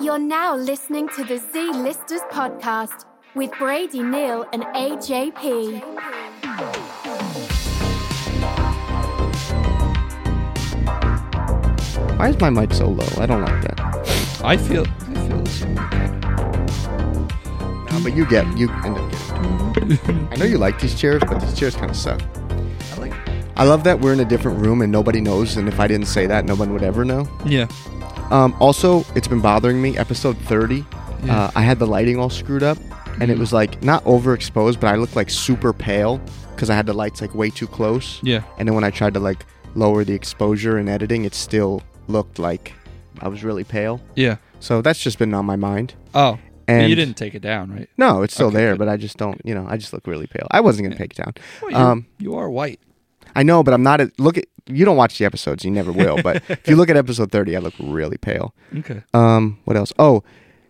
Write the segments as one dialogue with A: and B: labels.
A: You're now listening to the Z Listers podcast with Brady Neal and AJP.
B: Why is my mic so low? I don't like that.
C: I feel. I feel this.
B: No, but you get you end up getting. it. I know you like these chairs, but these chairs kind of suck.
C: I like.
B: I love that we're in a different room and nobody knows. And if I didn't say that, no one would ever know.
C: Yeah.
B: Um, also, it's been bothering me. Episode thirty,
C: Yeah.
B: uh, I had the lighting all screwed up, and it was like not overexposed, but I looked like super pale because I had the lights like way too close.
C: Yeah.
B: And then when I tried to like lower the exposure and editing, it still looked like I was really pale.
C: Yeah.
B: So that's just been on my mind.
C: Oh.
B: And-
C: And you didn't take it down, right?
B: No, it's still
C: Okay,
B: there,
C: good.
B: but I just don't. You know, I just look really pale. I wasn't gonna take it down.
C: Well, you're-
B: um,
C: you are white.
B: I know, but I'm not. A, look at you. Don't watch the episodes. You never will. But if you look at episode 30, I look really pale.
C: Okay.
B: Um, what else? Oh,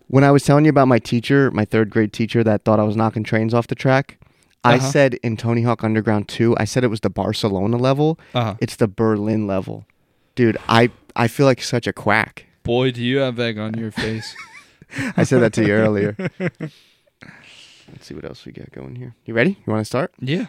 B: when I was telling you about my teacher, my third grade teacher that thought I was knocking trains off the track, I
C: Uh-huh.
B: said in Tony Hawk Underground 2, I said it was the Barcelona level.
C: Uh-huh.
B: It's the Berlin level, dude. I I feel like such a quack.
C: Boy, do you have egg on your face.
B: I said that to you earlier. Let's see what else we got going here. You ready? You want to start?
C: yeah.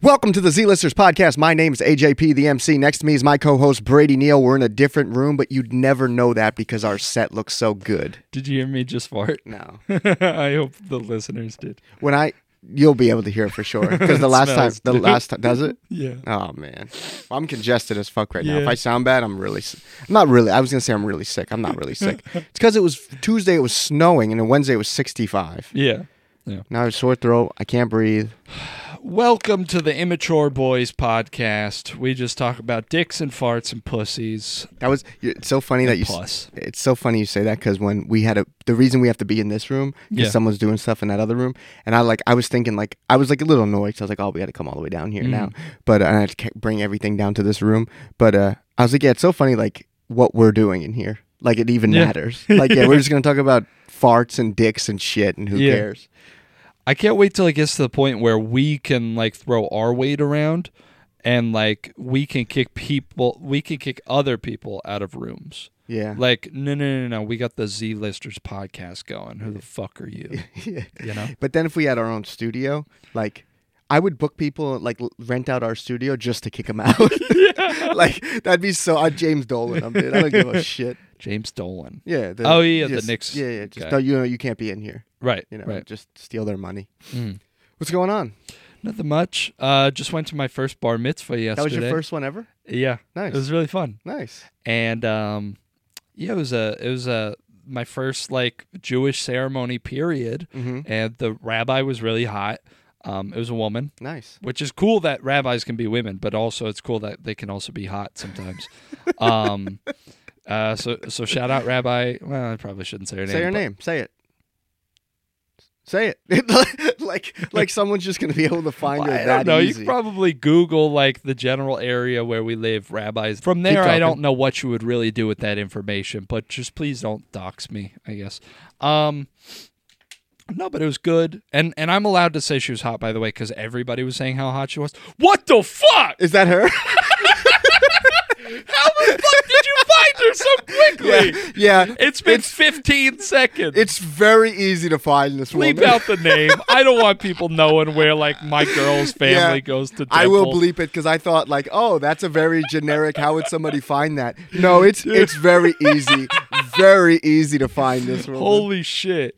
B: Welcome to the Z Listers podcast. My name is AJP, the MC. Next to me is my co-host Brady Neal. We're in a different room, but you'd never know that because our set looks so good.
C: Did you hear me just fart?
B: No,
C: I hope the listeners did.
B: when I you'll be able to hear it for sure because the last
C: smells,
B: time, the
C: dude.
B: last time, does it?
C: Yeah.
B: Oh man, Well, I'm congested as fuck right now. If
C: Yeah.
B: I sound bad, I'm really, s- I'm not really. I was gonna say I'm really sick. I'm not really sick. It's because it was Tuesday. It was snowing, and then Wednesday it was 65.
C: Yeah. Yeah.
B: Now I have sore throat. I can't breathe.
C: Welcome to the Immature Boys podcast. We just talk about dicks and farts and pussies.
B: That was. you- It's so funny that you. s-
C: Plus.
B: It's so funny you say that because when we had a, the reason we have to be in this room because
C: Yeah.
B: someone's doing stuff in that other room, and I like, I was thinking like, I was like a little annoyed. 'cause I was like, oh, we got to come all the way down here
C: Mm.
B: now, but uh, and I had to ca- bring everything down to this room. But uh, I was like, yeah, it's so funny like what we're doing in here. Like it even
C: Yeah.
B: matters. Like yeah, we're just gonna talk about farts and dicks and shit and who
C: Yeah.
B: cares.
C: I can't wait till it gets to the point where we can like throw our weight around and like we can kick people we can kick other people out of rooms.
B: Yeah.
C: Like, no no no no, we got the Z listers podcast going. Who the fuck are you? You know?
B: But then if we had our own studio, like I would book people like l- rent out our studio just to kick them out. like that'd be so. I'm James Dolan. I'm dude. I don't give a shit.
C: James Dolan.
B: Yeah.
C: Oh, yeah, the
B: just-
C: Knicks
B: Yeah, yeah. Just
C: guy.
B: no, you know you can't be in here.
C: Right.
B: You know,
C: right.
B: just steal their money.
C: Mm.
B: What's going on?
C: Nothing much. Uh just went to my first bar mitzvah yesterday.
B: That was your first one ever.
C: Yeah.
B: Nice.
C: eh? It was really fun.
B: Nice.
C: and um yeah it was a it was a my first like jewish ceremony period
B: Mhm.
C: Mm-hmm. and the rabbi was really hot um it was a woman
B: Nice.
C: which is cool that rabbis can be women but also it's cool that they can also be hot sometimes um uh so so shout out rabbi well i probably shouldn't say her name
B: Say your
C: but-
B: name. Say it. Say it. like like someone's just gonna be able to find
C: Well,
B: her
C: I
B: that
C: don't know. You
B: easy.
C: could probably Google like the general area where we live, rabbis. From there, I
B: talking.
C: don't know what you would really do with that information, but just please don't dox me. I guess. Um, no, but it was good, and and I'm allowed to say she was hot, by the way, because everybody was saying how hot she was. What the fuck?
B: Is that her?
C: How the fuck did you find her so quickly?
B: yeah.
C: It's been 15 seconds.
B: It's very easy to find this
C: Bleep
B: woman.
C: out the name. I don't want people knowing where like my girl's family
B: Yeah.
C: goes to. Temple.
B: I will bleep it because I thought like, oh, that's a very generic. How would somebody find that? No, it's it's very easy, very easy to find this woman.
C: Holy shit.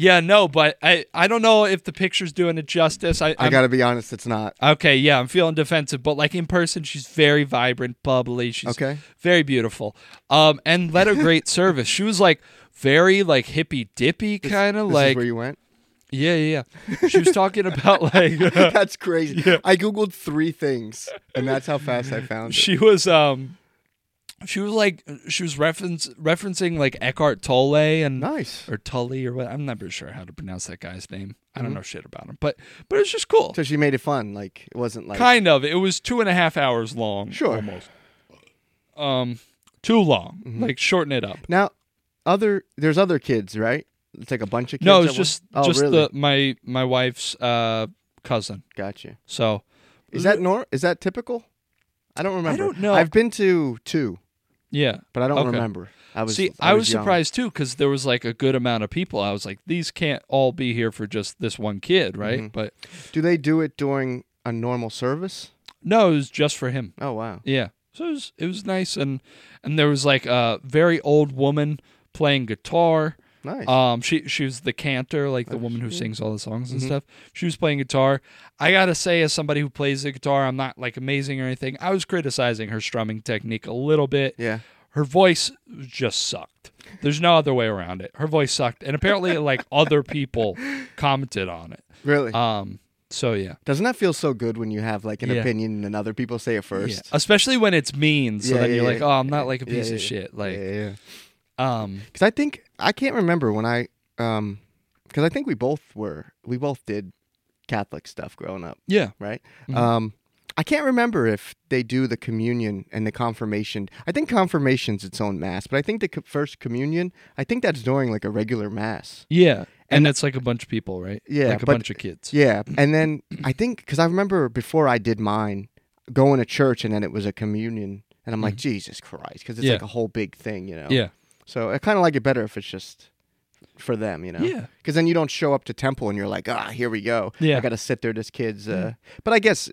C: Yeah, no, but I, I don't know if the picture's doing it justice. I,
B: I
C: I'm-
B: gotta be honest, it's not.
C: Okay, yeah, I'm feeling defensive, but like in person, she's very vibrant, bubbly. She's
B: Okay.
C: very beautiful. Um, and led a great service. She was like very like hippy dippy kind of
B: This is
C: like
B: where you went.
C: yeah, yeah, yeah. She was talking about like
B: That's crazy. I googled three things, and that's how fast I found it.
C: she was um she was like she was reference referencing like Eckhart Tolle and
B: Nice.
C: or Tully or what I'm never sure how to pronounce that guy's name. I
B: Mm-hmm.
C: don't know shit about him, but but it was just cool.
B: So she made it fun. Like it wasn't like
C: kind of. It was two and a half hours long.
B: Sure.
C: almost. Um, too long.
B: Mm-hmm.
C: Like shorten it up.
B: now. Other there's other kids, right? It's like a bunch of kids.
C: No,
B: at
C: it's
B: one-
C: just
B: oh,
C: just
B: really?
C: the my my wife's uh cousin.
B: gotcha.
C: So
B: Is that nor? Is that typical? I don't remember.
C: don't know.
B: I've been to two.
C: Yeah.
B: but I don't
C: Okay.
B: remember. I was
C: See, I was,
B: young.
C: surprised too because there was like a good amount of people. I was like, these can't all be here for just this one kid, right?
B: Mm-hmm.
C: But
B: Do they do it during a normal service?
C: no, it was just for him.
B: Oh wow.
C: Yeah. So it was it was nice and and there was like a very old woman playing guitar.
B: Nice.
C: Um she she was the cantor, like the woman who sings all the songs
B: Mm-hmm.
C: and stuff. She was playing guitar. I got to say as somebody who plays the guitar, I'm not like amazing or anything. I was criticizing her strumming technique a little bit.
B: yeah.
C: Her voice just sucked. There's no other way around it. Her voice sucked and apparently like other people commented on it.
B: Really?
C: Um so yeah.
B: Doesn't that feel so good when you have like an
C: Yeah.
B: opinion and other people say it first?
C: Yeah. Especially when it's mean, so
B: Yeah,
C: then
B: yeah,
C: you're
B: yeah.
C: like, "Oh, I'm not like a
B: Yeah,
C: piece
B: yeah,
C: of
B: yeah.
C: shit." Like,
B: yeah, yeah.
C: um,
B: Because I think I can't remember when I, um, because I think we both were we both did Catholic stuff growing up,
C: yeah,
B: right?
C: Mm-hmm.
B: Um, I can't remember if they do the communion and the confirmation. I think confirmation's its own mass, but I think the co- first communion, I think that's during like a regular mass.
C: yeah, and it's like a bunch of people, right?
B: Yeah,
C: like a
B: but-
C: bunch of kids.
B: Yeah, and then I think because I remember before I did mine, going to church and then it was a communion, and I'm like Jesus Christ, because it's
C: Mm-hmm. Yeah.
B: like a whole big thing, you know?
C: yeah,
B: So I kind of like it better if it's just for them, you know?
C: Yeah.
B: Because then you don't show up to temple and you're like, ah, here we go.
C: Yeah.
B: I got to sit there. This kid's. Uh... But I guess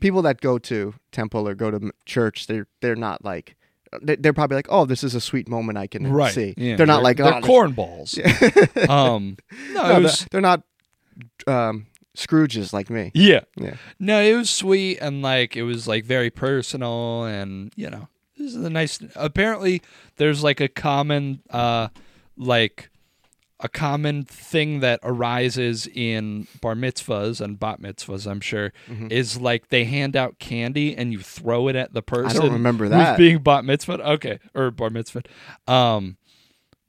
B: people that go to temple or go to m- church, they're they're not like. they- They're probably like, oh, this is a sweet moment I can
C: right.
B: see.
C: yeah.
B: They're not like,
C: they're
B: oh, this-
C: cornballs. um, no,
B: no,
C: it
B: they're-
C: was
B: they're not um, Scrooges like me.
C: yeah,
B: Yeah.
C: no, it was sweet and like it was like very personal and you know this is a nice. Apparently, there's like a common uh, like a common thing that arises in bar mitzvahs and bat mitzvahs, I'm sure,
B: Mm-hmm.
C: is like they hand out candy and you throw it at the person.
B: remember
C: who's
B: that.
C: being bat mitzvah. Okay, or bar mitzvah. Um,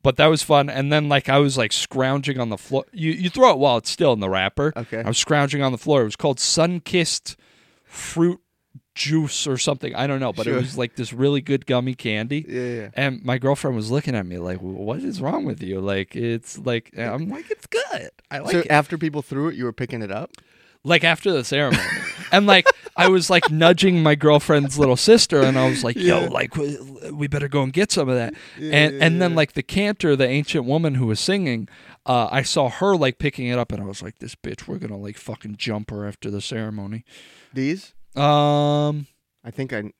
C: but that was fun. And then like I was like scrounging on the floor. You you throw it while it's still in the wrapper.
B: Okay.
C: I was scrounging on the floor. It was called sun kissed fruit juice or something. I don't know, but it
B: Sure.
C: was like this really good gummy candy.
B: Yeah, yeah, yeah.
C: And my girlfriend was looking at me like, "What is wrong with you?" Like it's like and I'm like it's good. I like
B: so
C: it.
B: after people threw it, you were picking it up.
C: Like after the ceremony. and like I was like nudging my girlfriend's little sister and I was like, "Yo, like we, we better go and get some of that." and and then like the cantor, the ancient woman who was singing, uh, I saw her like picking it up and I was like, "This bitch, we're going to like fucking jump her after the ceremony."
B: These,
C: Um,
B: I think I.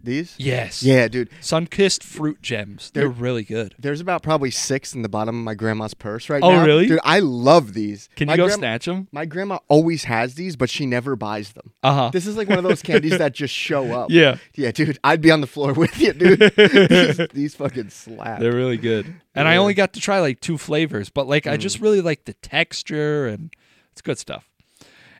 B: These.
C: yes.
B: Yeah, dude.
C: Sun-kissed fruit gems. They're really good.
B: There's about probably six in the bottom of my grandma's purse right
C: Oh,
B: now.
C: really?
B: Dude, I love these.
C: Can
B: my
C: you go
B: grandma-
C: snatch them?
B: My grandma always has these, but she never buys them.
C: Uh-huh.
B: This is like one of those candies that just show up.
C: Yeah.
B: Yeah, dude, I'd be on the floor with you, dude. these, these fucking slap.
C: They're really good. And I only got to try like two flavors, but like I
B: Mm.
C: just really like the texture and it's good stuff.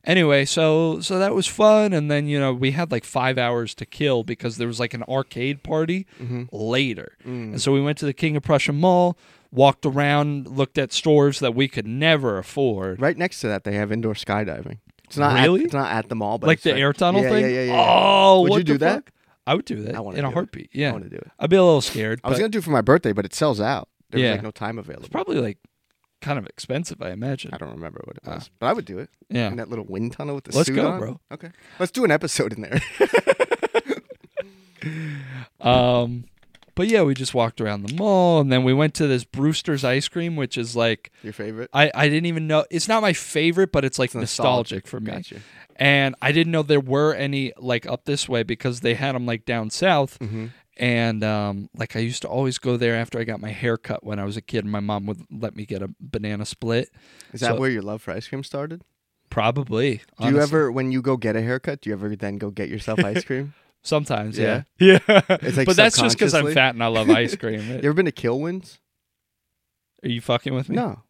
C: Anyway, so so that was fun and then you know, we had like 5 hours to kill because there was like an arcade party
B: Mm-hmm.
C: later.
B: Mm.
C: And so we went to the King of Prussia Mall, walked around, looked at stores that we could never afford.
B: right next to that, they have indoor skydiving. It's not
C: Really?
B: At, it's not at the mall, but
C: Like
B: it's
C: the air tunnel
B: yeah,
C: thing?
B: Yeah, yeah, yeah. yeah.
C: Oh,
B: Would
C: what
B: you do
C: the
B: that?
C: fuck? I would do that
B: wanna
C: in a
B: do it.
C: heartbeat. Yeah.
B: wanna do it.
C: I'd be a little scared.
B: I was
C: but-
B: gonna do it for my birthday, but it sells out. There's
C: Yeah.
B: like no time available.
C: It's probably like kind of expensive, I imagine.
B: I don't remember what it was, but I would do it.
C: Uh. yeah.
B: In that little wind tunnel with the
C: Let's
B: suit
C: go,
B: on.
C: bro.
B: Okay, let's do an episode in there.
C: Um, but yeah, we just walked around the mall and then we went to this Brewster's ice cream, which is like
B: Your favorite?
C: I, I didn't even know it's not my favorite, but it's like nostalgic,
B: nostalgic.
C: for me.
B: Gotcha.
C: And I didn't know there were any like up this way because they had them like down south.
B: Mm-hmm.
C: And um, like I used to always go there after I got my hair cut when I was a kid, and my mom would let me get a banana split.
B: Is that
C: So-
B: where your love for ice cream started?
C: Probably.
B: Do you ever, when you go get a haircut, do you ever then go get yourself ice cream?
C: Sometimes, yeah,
B: Yeah.
C: yeah.
B: It's like
C: but that's just because I'm
B: subconsciously.
C: fat and I love ice cream.
B: You ever been to Kilwins?
C: Are you fucking with me?
B: No.
C: Are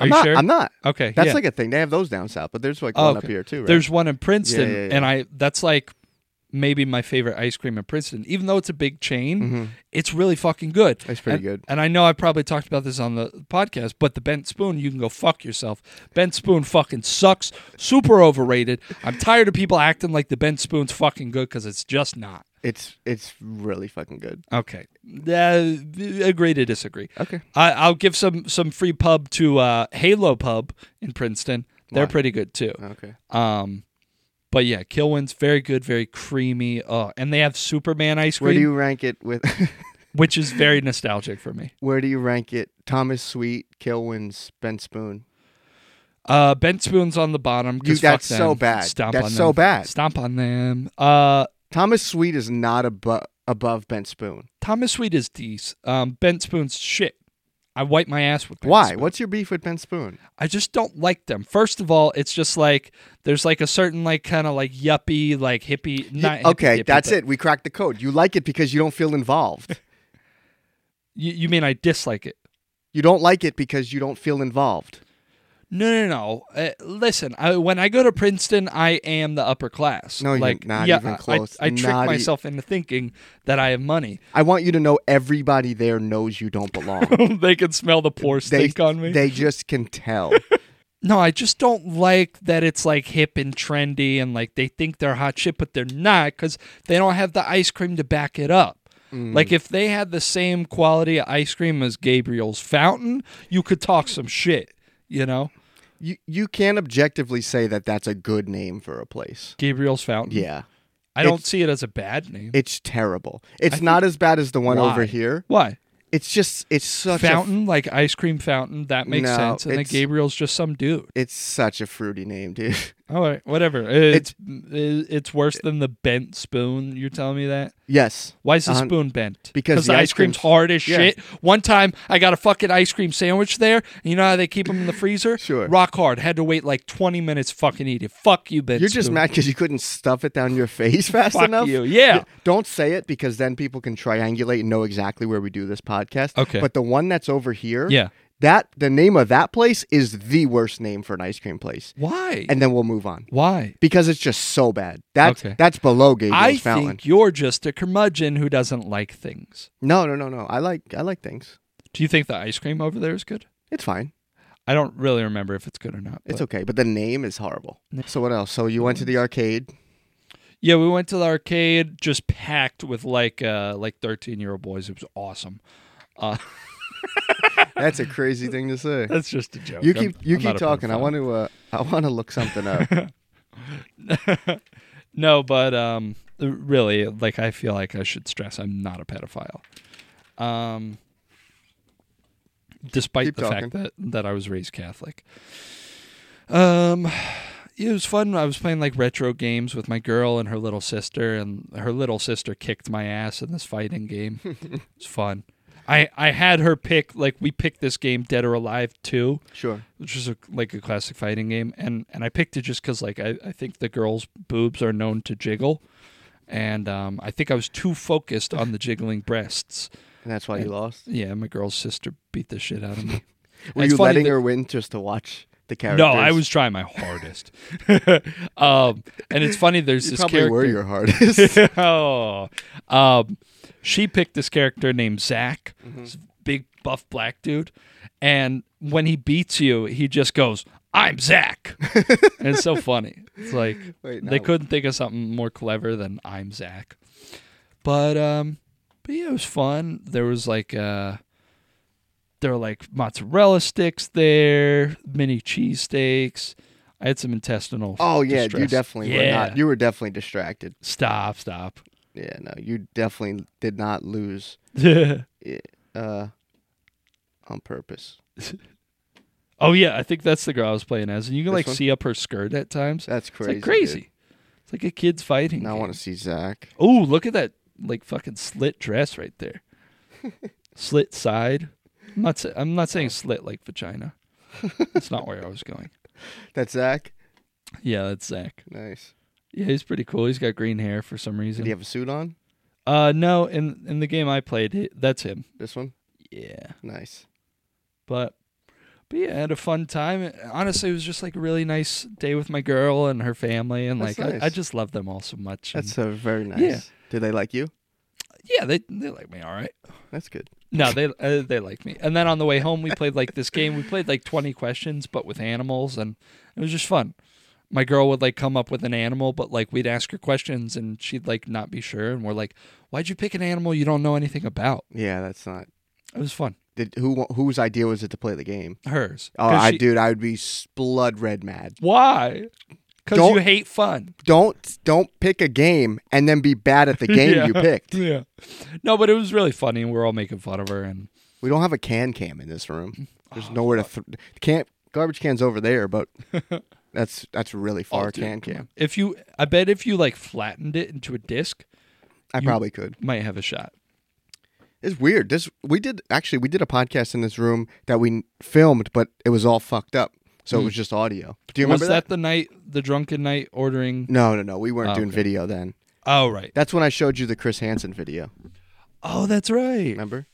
B: I'm
C: you
B: not,
C: sure?
B: I'm not.
C: Okay,
B: That's
C: yeah.
B: like a thing. They have those down south, but there's like
C: Oh,
B: one
C: okay.
B: up here too, right?
C: There's one in Princeton,
B: yeah, yeah.
C: and I that's like maybe my favorite ice cream in Princeton. Even though it's a big chain, it's really fucking good.
B: Mm-hmm. It's pretty
C: and,
B: good.
C: And I know I probably talked about this on the podcast, but the bent spoon, you can go fuck yourself. Bent spoon fucking sucks. Super overrated. I'm tired of people acting like the bent spoon's fucking good because it's just not.
B: It's it's really fucking good.
C: Okay. Uh, agree to disagree.
B: Okay.
C: I, I'll give some some free pub to uh, Halo Pub in Princeton. They're pretty good too.
B: Okay.
C: Um, But yeah, Kilwin's very good, very creamy. Uh, and they have Superman ice
B: Where
C: cream,
B: do you rank it with?
C: which is very nostalgic for me.
B: where do you rank it? Thomas Sweet, Kilwins, Ben Spoon.
C: Uh, Ben Spoon's on the bottom.
B: Dude,
C: 'cause fuck
B: that's so
C: them.
B: bad.
C: Stomp
B: That's
C: on
B: so
C: them.
B: bad.
C: Stomp on them. Uh,
B: Thomas Sweet is not abo- above Ben Spoon.
C: Thomas Sweet is decent. Um, Ben Spoon's shit. I wipe my ass with Ben
B: Why?
C: Spoon.
B: What's your beef with Ben Spoon?
C: I just don't like them. First of all, it's just like there's like a certain like kind of like yuppie, like hippie.
B: You-
C: Not
B: okay,
C: hippie,
B: that's
C: but-
B: it. We cracked the code. You like it because you don't feel involved.
C: You, you mean I dislike it?
B: you don't like it because you don't feel involved.
C: No, no, no. Uh, listen, I, when I go to Princeton, I am the upper class.
B: No, you're
C: like,
B: not
C: yeah,
B: even
C: I-
B: close.
C: I, I trick
B: Not e-
C: myself into thinking that I have money.
B: I want you to know everybody there knows you don't belong.
C: they can smell the poor
B: they,
C: stink on me.
B: they just can tell.
C: no, I just don't like that it's like hip and trendy and like they think they're hot shit, but they're not because they don't have the ice cream to back it up.
B: Mm.
C: Like if they had the same quality of ice cream as Gabriel's Fountain, you could talk some shit. You know,
B: you you can't objectively say that that's a good name for a place.
C: Gabriel's Fountain.
B: Yeah,
C: I don't see it as a bad name.
B: it's terrible. It's not as bad as the one
C: Why?
B: over here.
C: Why?
B: It's just it's such a
C: fountain, like ice cream fountain. That makes
B: No,
C: sense. And then
B: it's-
C: Gabriel's just some dude.
B: it's such a fruity name, dude.
C: All right, whatever. It's it's, worse than the bent spoon. You're telling me that?
B: yes,
C: Why is the
B: Uh-huh.
C: spoon bent?
B: Because
C: the, ice cream's, hard as
B: yeah.
C: shit. One time, I got a fucking ice cream sandwich there. And you know how they keep them in the freezer?
B: Sure.
C: Rock hard. Had to wait like 20 minutes. to Fucking eat it. Fuck you, bent.
B: you're just
C: spoon.
B: mad because you couldn't stuff it down your face fast
C: Fuck
B: enough.
C: you. Yeah.
B: Don't say it because then people can triangulate and know exactly where we do this podcast.
C: Okay.
B: But the one that's over here,
C: Yeah.
B: that the name of that place is the worst name for an ice cream place.
C: Why?
B: And then we'll move on
C: Why?
B: because it's just so bad. That's
C: Okay.
B: that's below Gabriel's
C: I
B: Fountain.
C: think you're just a curmudgeon who doesn't like things.
B: No, no, no, no. I like I like things.
C: Do you think the ice cream over there is good?
B: It's fine.
C: I don't really remember if it's good or not.
B: It's
C: but-
B: okay. But the name is horrible. So what else? So you went to the arcade.
C: Yeah, we went to the arcade, just packed with like uh like thirteen year old boys. It was awesome.
B: That's a crazy thing to say.
C: That's just a joke.
B: You
C: I'm-
B: keep you
C: I'm
B: keep
C: not a
B: talking. I
C: pedophile.
B: want to uh, I want to look something up.
C: No, but um, really, like I feel like I should stress I'm not a pedophile. Um, despite
B: Keep
C: the fact
B: talking.
C: that that I was raised Catholic. Um, it was fun. I was playing like retro games with my girl and her little sister, and her little sister kicked my ass in this fighting game. it was fun. I I had her pick like we picked this game Dead or Alive two
B: sure.
C: which is a, like a classic fighting game, and and I picked it just because like I, I think the girls' boobs are known to jiggle, and um, I think I was too focused on the jiggling breasts.
B: And that's why you lost.
C: Yeah, my girl's sister beat the shit out of me.
B: Were
C: It's
B: you
C: funny
B: letting
C: that-
B: her win just to watch the characters?
C: No, I was trying my hardest. um, and it's funny. There's
B: You
C: this
B: probably
C: character.
B: were your hardest.
C: oh, um, she picked this character named Zach,
B: Mm-hmm.
C: this big buff black dude, and when he beats you, he just goes, "I'm Zach." and it's so funny. It's like
B: Wait,
C: they
B: now-
C: couldn't think of something more clever than "I'm Zach." But um, but yeah, it was fun. There was like uh, there were like mozzarella sticks there, mini cheesesteaks. I had some intestinal.
B: oh yeah, you
C: distress.
B: definitely were
C: Yeah.
B: not. You were definitely distracted.
C: Stop! Stop!
B: Yeah, no, you definitely did not lose uh, on purpose.
C: Oh yeah, I think that's the girl I was playing as, and you can
B: This
C: like
B: one?
C: see up her skirt at times.
B: That's
C: It's
B: crazy.
C: like crazy. It's like a kid's fighting.
B: dude. Now I want
C: to.
B: to see Zach.
C: Oh, look at that like fucking slit dress right there. slit side. I'm not. Say- I'm not saying slit like vagina. That's not where I was going.
B: That's Zach.
C: Yeah, that's Zach.
B: Nice.
C: Yeah, he's pretty cool. He's got green hair for some
B: Did
C: reason.
B: he have a suit on?
C: Uh, no, in in the game I played, he- that's him.
B: This one.
C: Yeah.
B: Nice.
C: but but yeah, I had a fun time. Honestly, it was just like a really nice day with my girl and her family, and
B: That's
C: like I,
B: nice.
C: I just love them all so much. and-
B: That's uh, very nice.
C: Yeah.
B: Do they like you?
C: yeah, they they like me all right.
B: That's good.
C: No, they uh, they like me. And then on the way home, we played like this game. We played like twenty questions, but with animals, and it was just fun. My girl would like come up with an animal, but like we'd ask her questions, and she'd like not be sure. And we're like, "Why'd you pick an animal you don't know anything about?"
B: Yeah, that's not.
C: It was fun.
B: Did who whose idea was it to play the game?
C: Hers.
B: Oh,
C: 'Cause
B: I
C: she-
B: dude, I would be s- blood red mad.
C: Why? because
B: Don't-
C: you hate fun.
B: Don't don't pick a game and then be bad at the game
C: Yeah.
B: you picked.
C: Yeah. No, but it was really funny, and we're all making fun of her. And
B: We don't have a can cam in this room.
C: Oh,
B: There's nowhere to th- can garbage cans over there, but that's that's really far
C: Oh, dude,
B: can
C: come
B: cam.
C: if you, I bet if you like flattened it into a disc,
B: I
C: You-
B: probably could.
C: might have a shot.
B: It's weird. This we did actually we did a podcast in this room that we filmed, but it was all fucked up, so it was just audio. Do you
C: Hmm. was
B: remember
C: that, the night, the drunken night ordering?
B: No, no, no. We weren't
C: Oh,
B: doing
C: okay.
B: video then.
C: Oh right.
B: That's when I showed you the Chris Hansen video.
C: Oh, that's right.
B: Remember?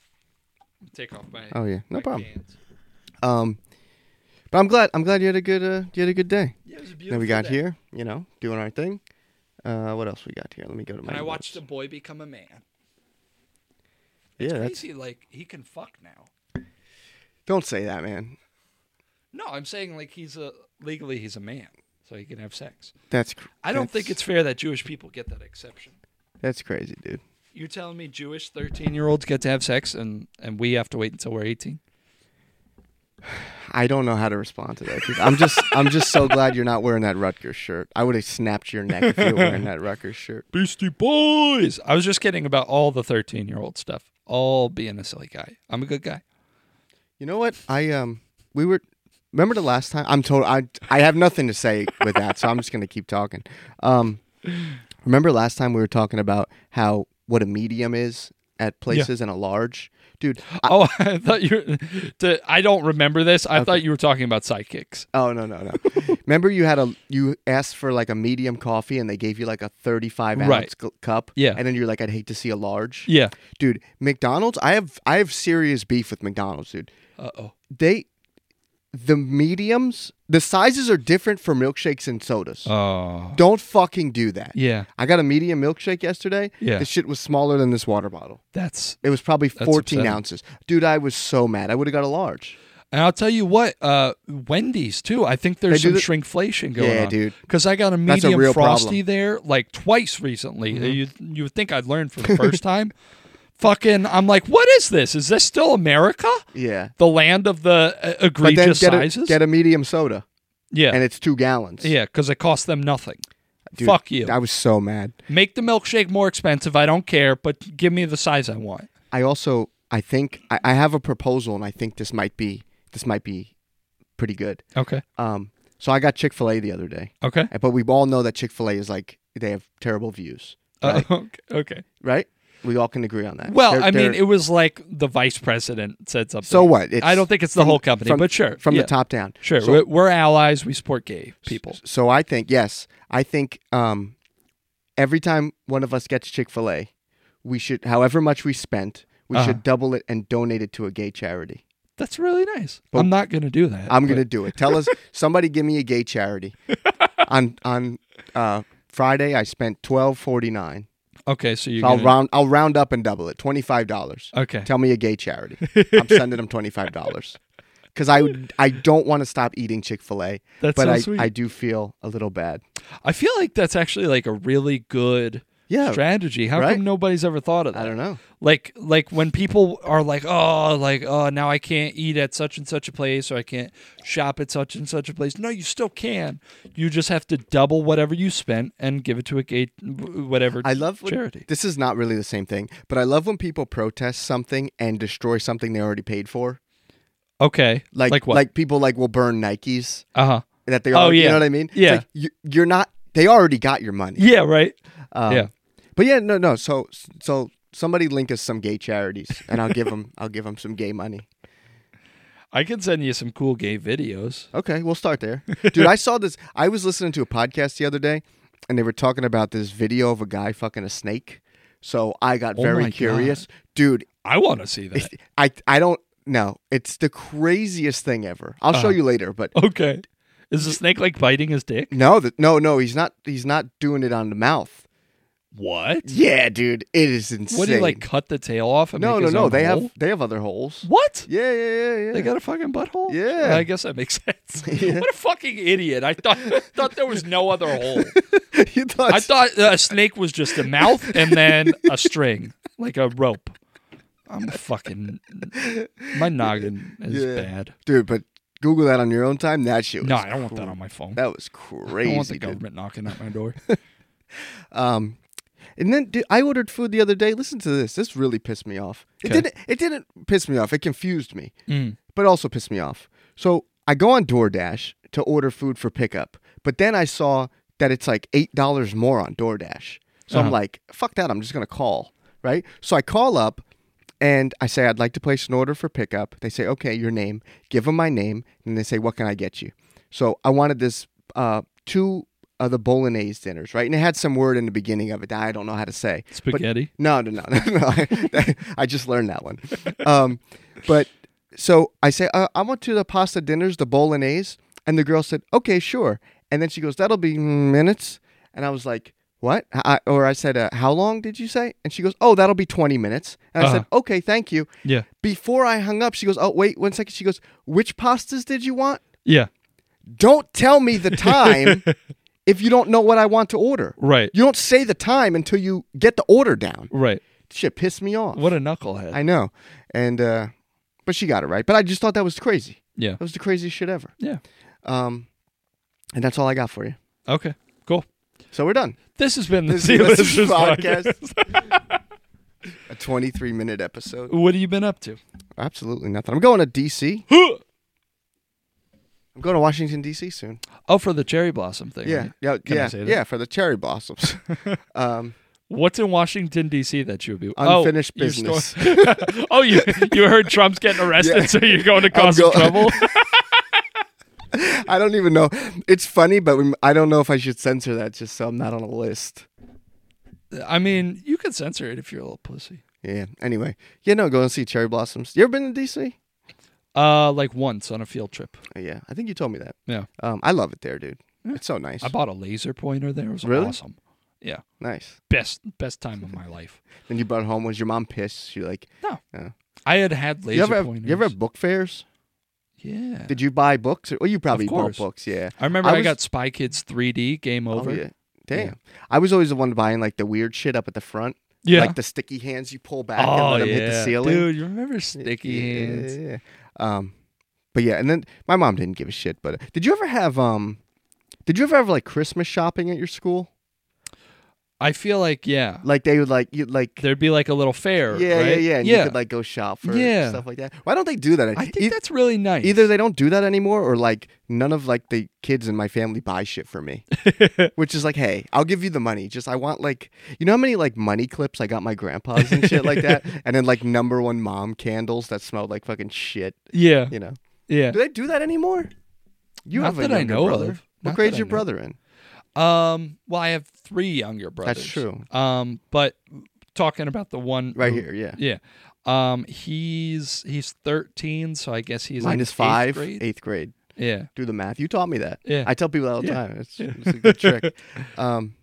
C: Take off my.
B: Oh yeah, no
C: my
B: problem.
C: pants.
B: Um, but I'm glad. I'm glad you had a good. Uh, you had a good day.
C: Yeah, it was a
B: Then
C: beautiful.
B: we got
C: day.
B: here. You know, doing our thing. Uh, what else we got here? Let me go to my.
C: and I
B: notes.
C: watched a boy become a man.
B: Yeah,
C: It's
B: that's-
C: crazy. Like he can fuck now.
B: Don't say that, man.
C: No, I'm saying like he's a legally he's a man, so he can have sex.
B: That's. cr-
C: I don't
B: that's-
C: think it's fair that Jewish people get that exception.
B: That's crazy, dude.
C: You're telling me Jewish 13 year olds get to have sex and, and we have to wait until we're 18?
B: I don't know how to respond to that. Dude. I'm just. I'm just so glad you're not wearing that Rutgers shirt. I would have snapped your neck if you were wearing that Rutgers shirt.
C: Beastie Boys! I was just kidding about all the 13 year old stuff, all being a silly guy. I'm a good guy.
B: You know what? I um. We were. Remember the last time? I'm told. I I have nothing to say with that, so I'm just gonna keep talking. Um. Remember last time we were talking about how what a medium is at places and a large, dude. I,
C: oh, I thought you were. To, I don't remember this. I thought you were talking about sidekicks.
B: oh no no no! Remember you had a you asked for like a medium coffee and they gave you like a thirty five ounce
C: Right.
B: cu- cup.
C: Yeah.
B: and then you're like, I'd hate to see a large.
C: Yeah.
B: dude. McDonald's. I have I have serious beef with McDonald's, dude.
C: Uh oh.
B: They, the mediums, the sizes are different for milkshakes and sodas.
C: Oh.
B: Don't fucking do that.
C: Yeah.
B: I got a medium milkshake yesterday.
C: Yeah.
B: This shit was smaller than this water bottle.
C: That's.
B: It was probably 14
C: upsetting.
B: ounces. Dude, I was so mad. I would have got a large.
C: And I'll tell you what, uh, Wendy's too. I think
B: They
C: there's
B: do
C: some
B: the-
C: shrinkflation going
B: Yeah,
C: on.
B: dude.
C: Because I got a
B: That's a
C: medium
B: real
C: frosty
B: problem. Mm-hmm.
C: there like twice recently. You you would think I'd learn for the first time. Fucking, I'm like, what is this? Is this still America?
B: Yeah.
C: The land of the uh,
B: But then
C: egregious
B: get a,
C: sizes?
B: get a medium soda
C: yeah,
B: and it's two gallons.
C: yeah, because it costs them nothing.
B: Dude,
C: Fuck you.
B: I was so mad.
C: Make the milkshake more expensive. I don't care, but give me the size I want.
B: I also, I think, I, I have a proposal and I think this might be, this might be pretty good.
C: Okay.
B: Um, so I got Chick fil A the other day,
C: Okay.
B: but we all know that Chick fil A is like, they have terrible views,
C: Uh,
B: right?
C: okay. okay.
B: right? We all can agree on that.
C: Well,
B: They're-
C: I mean,
B: they're-
C: it was like the vice president said something.
B: so what? It's
C: I don't think it's the whole company,
B: from-
C: but sure.
B: From
C: yeah.
B: the top down.
C: Sure,
B: So-
C: we're, we're allies. We support gay people.
B: So I think yes, I think um, every time one of us gets Chick Fil A, we should, however much we spent, we
C: Uh-huh.
B: should double it and donate it to a gay charity.
C: That's really nice. I'm not gonna do that.
B: Oh. I'm gonna do it. Tell us, somebody give me a gay charity. on on uh, Friday, I spent twelve forty nine.
C: but- Okay, so you.
B: So I'll round I'll round up and double it. Twenty five dollars.
C: Okay.
B: Tell me a gay charity. I'm sending them twenty five dollars. Because I, I don't want to stop eating Chick Fil A,
C: That's
B: but
C: so
B: I,
C: sweet.
B: I do feel a little bad.
C: I feel like that's actually like a really good
B: Yeah,
C: strategy. How
B: right?
C: come nobody's ever thought of that?
B: I don't know.
C: Like like when people are like, oh, like oh, now I can't eat at such and such a place, or I can't shop at such and such a place. No, you still can. You just have to double whatever you spent and give it to a gay whatever.
B: I love when,
C: charity.
B: This is not really the same thing, but I love when people protest something and destroy something they already paid for.
C: Okay,
B: Like
C: like what?
B: people like will burn Nikes
C: uh huh.
B: that they
C: Oh,
B: already, you
C: yeah.
B: know what I mean? It's
C: Yeah.
B: like, you, you're not they already got your money.
C: Yeah, right.
B: Um,
C: yeah.
B: But yeah, no no, so so somebody link us some gay charities and I'll give them I'll give them some gay money.
C: I can send you some cool gay videos.
B: Okay, we'll start there. Dude, I saw this I was listening to a podcast the other day and they were talking about this video of a guy fucking a snake. So I got
C: Oh
B: very
C: my
B: curious. Dude,
C: I want to see that.
B: I I don't know. It's the craziest thing ever. I'll
C: Uh-huh.
B: show you later, but
C: Okay. Is the snake like biting his dick?
B: no, the, no, no. He's not. He's not doing it on the mouth.
C: What?
B: Yeah, dude, it is insane.
C: What do you like cut the tail off and
B: No,
C: make
B: no,
C: his
B: no.
C: own
B: They
C: hole?
B: have they have other holes.
C: What?
B: Yeah, yeah, yeah, yeah.
C: They got a fucking butthole?
B: Yeah.
C: I guess that makes sense. What a fucking idiot. I thought thought there was no other hole.
B: you thought,
C: I thought a snake was just a mouth and then a string, like a rope. I'm a fucking my noggin is
B: Yeah.
C: bad.
B: dude, but Google that on your own time. That shit. Was
C: No, I don't want
B: cr-
C: that on my phone.
B: That was
C: I
B: crazy.
C: don't want the
B: dude.
C: government knocking at my door.
B: Um, and then dude, I ordered food the other day. Listen to this. This really pissed me off. It
C: Okay.
B: didn't. It didn't piss me off. It confused me,
C: Mm.
B: but it also pissed me off. So I go on DoorDash to order food for pickup, but then I saw that it's like eight dollars more on DoorDash. So I'm
C: Uh-huh.
B: like, fuck that. I'm just gonna call. Right. So I call up. And I say, I'd like to place an order for pickup. They say, okay, your name. Give them my name. And they say, what can I get you? So I wanted this uh, two of the bolognese dinners, right? And it had some word in the beginning of it that I don't know how to say. But-
C: Spaghetti?
B: no, no, no, no. no. I, I just learned that one. Um, but so I say, uh, I want to the pasta dinners, the bolognese. And the girl said, okay, sure. And then she goes, that'll be minutes. And I was like, what? I, or I said, uh, how long did you say? And she goes, oh, that'll be 20 minutes. And I said, okay, thank you.
C: Yeah.
B: Before I hung up, she goes, oh, wait one second. She goes, which pastas did you want?
C: Yeah.
B: Don't tell me the time if you don't know what I want to order.
C: Right.
B: You don't say the time until you get the order down.
C: Right.
B: Shit pissed me off.
C: What a knucklehead.
B: I know. And uh but she got it right. But I just thought that was crazy.
C: yeah.
B: That was the craziest shit ever.
C: Yeah.
B: Um and that's all I got for you.
C: Okay. Cool.
B: So we're done.
C: This has been the
B: This
C: Z
B: is the
C: Listers podcast.
B: a 23 minute episode.
C: What have you been up to?
B: Absolutely nothing. I'm going to DC. I'm going to Washington DC soon.
C: Oh, for the cherry blossom thing.
B: Yeah.
C: right?
B: Yeah,
C: Can I
B: yeah.
C: say that?
B: Yeah, for the cherry blossoms. um
C: What's in Washington D.C. that you would be
B: Unfinished
C: oh, you stole-
B: business.
C: oh, you you heard Trump's getting arrested,
B: Yeah.
C: so you're going to cause
B: go-
C: some trouble.
B: I don't even know. It's funny, but we, I don't know if I should censor that just so I'm not on a list.
C: I mean, you can censor it if you're a little pussy.
B: Yeah. Anyway, yeah, no, go and see cherry blossoms. You ever been to DC?
C: Uh, like once on a field trip.
B: Oh, Yeah, I think you told me that.
C: Yeah,
B: Um, I love it there, dude. It's so nice.
C: I bought a laser pointer there. It was
B: Really?
C: awesome. Yeah,
B: nice.
C: best best time of my life.
B: Then you brought home. Was your mom pissed? She like.
C: No,
B: Yeah.
C: I had had laser
B: You ever, have,
C: pointers.
B: you ever have book fairs?
C: yeah.
B: Did you buy books? Or, well, you probably bought
C: course.
B: books. Yeah.
C: I remember
B: I
C: I,
B: was-
C: got Spy Kids 3D Game
B: Oh,
C: Over.
B: yeah. Damn.
C: Yeah.
B: I was always the one buying like the weird shit up at the front.
C: Yeah.
B: Like the sticky hands you pull back and
C: oh
B: let them
C: yeah,
B: hit the ceiling.
C: dude. You remember sticky
B: Yeah,
C: hands?
B: yeah, yeah. Um, but yeah, and then my mom didn't give a shit. But uh, did you ever have um, did you ever have like Christmas shopping at your school?
C: I feel like yeah.
B: Like they would like you like
C: There'd be like a little fair.
B: yeah yeah
C: right?
B: yeah, and
C: yeah.
B: you could like go shop for
C: Yeah.
B: stuff like that. Why don't they do that?
C: I think
B: E-
C: that's really nice.
B: either they don't do that anymore or like none of like the kids in my family buy shit for me which is like hey i'll give you the money just i want like you know how many like money clips i got my grandpa's and shit like that and then like number one mom candles that smelled like fucking shit
C: yeah,
B: you know
C: yeah.
B: do they do that anymore you
C: Not
B: have a
C: that I
B: younger
C: know
B: brother
C: of. Not
B: what
C: that
B: grade's
C: I
B: your
C: know.
B: brother in
C: Um, well, I have three younger brothers.
B: true.
C: Um, but talking about the one
B: right
C: who-
B: here yeah
C: yeah. Um, he's he's thirteen, so I guess he's
B: minus
C: like
B: five
C: eighth grade.
B: eighth grade
C: Yeah,
B: do the math you taught me that
C: Yeah.
B: i tell people that all the
C: Yeah.
B: time it's, it's a good trick um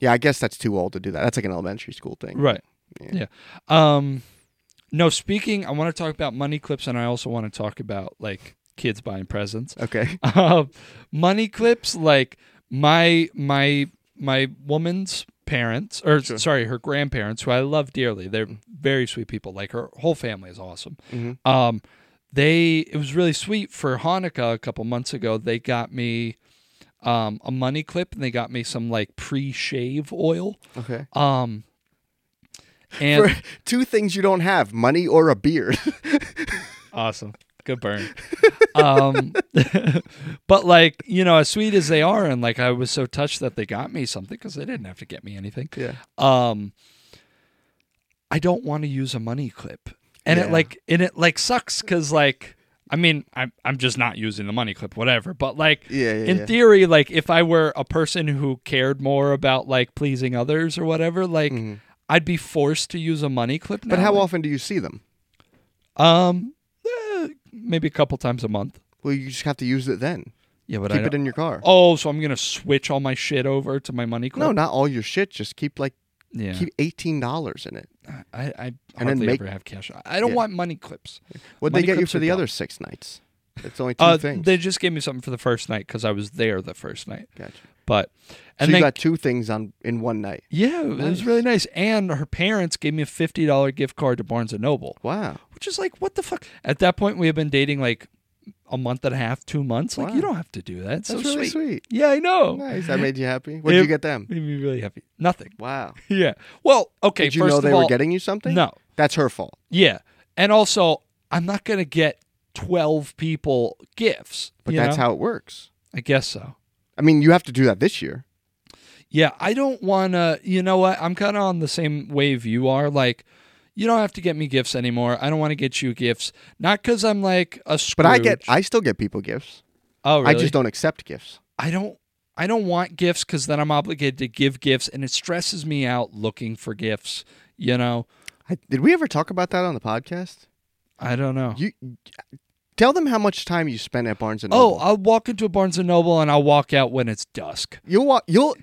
B: yeah i guess that's too old to do that that's like an elementary school thing
C: right.
B: Yeah.
C: Yeah. Um, no. Speaking, I want to talk about money clips, and I also want to talk about like kids buying presents.
B: okay
C: um, money clips like my my my woman's parents or
B: Sure.
C: sorry her grandparents who i love dearly they're very sweet people like her whole family is awesome
B: Mhm.
C: um they it was really sweet for hanukkah a couple months ago they got me um a money clip and they got me some like pre-shave oil
B: okay
C: um and
B: for two things you don't have money or a beard
C: Awesome. Good burn. um, but like you know, as sweet as they are, and like I was so touched that they got me something because they didn't have to get me anything.
B: yeah
C: Um, I don't want to use a money clip, and
B: Yeah.
C: it like and it like sucks because like I mean I'm I'm just not using the money clip, whatever. But like
B: Yeah, yeah,
C: in
B: yeah.
C: theory, like if I were a person who cared more about like pleasing others or whatever, like I'd be forced to use a money clip.
B: Mm-hmm. but
C: now.
B: how
C: Like,
B: often do you see them
C: Um, eh, maybe a couple times a month.
B: well you just have to use it then
C: Yeah, but I
B: keep it
C: don't-
B: in your car
C: Oh, so I'm gonna switch all my shit over to my money clip.
B: no not all your shit just keep like
C: yeah,
B: keep $18 in it
C: I, I
B: then
C: hardly
B: make-
C: ever have cash. I don't
B: Yeah.
C: want money clips.
B: what they
C: Money
B: get you
C: clips
B: for
C: are
B: the
C: dumb.
B: other six nights it's only two
C: Uh,
B: things
C: they just gave me something for the first night because I was there the first night.
B: gotcha
C: But
B: so
C: and
B: you
C: then
B: got two things on in one night
C: yeah, it
B: Nice.
C: was really nice. And her parents gave me a fifty dollar gift card to Barnes and Noble,
B: wow
C: which is like what the fuck. At that point, we had been dating like a month and a half, two months. Like
B: Wow.
C: you don't have to do that. It's
B: That's
C: so
B: really sweet.
C: Yeah, I know.
B: Nice. That made you happy. What did you
C: Oh. It-
B: get them?
C: Made me really happy. Nothing.
B: Wow.
C: Yeah. Well, okay.
B: Did you
C: first
B: know
C: of
B: they
C: all,
B: were getting you something?
C: No.
B: That's her fault.
C: Yeah. And also, I'm not gonna get twelve people gifts.
B: But
C: you
B: that's
C: know?
B: how it works.
C: I guess so.
B: I mean, you have to do that this year.
C: Yeah, I don't want to. You know what? I'm kind of on the same wave you are. Like, you don't have to get me gifts anymore. I don't want to get you gifts. Not because I'm like a Scrooge.
B: But I get, I still get people gifts.
C: oh, really?
B: I just don't accept gifts.
C: I don't. I don't want gifts because then I'm obligated to give gifts, and it stresses me out looking for gifts. You know,
B: I, did we ever talk about that on the podcast?
C: I don't know.
B: You tell them how much time you spend at Barnes and
C: oh,
B: Noble.
C: I'll walk into a Barnes and Noble and I'll walk out when it's dusk.
B: you'll wa- you'll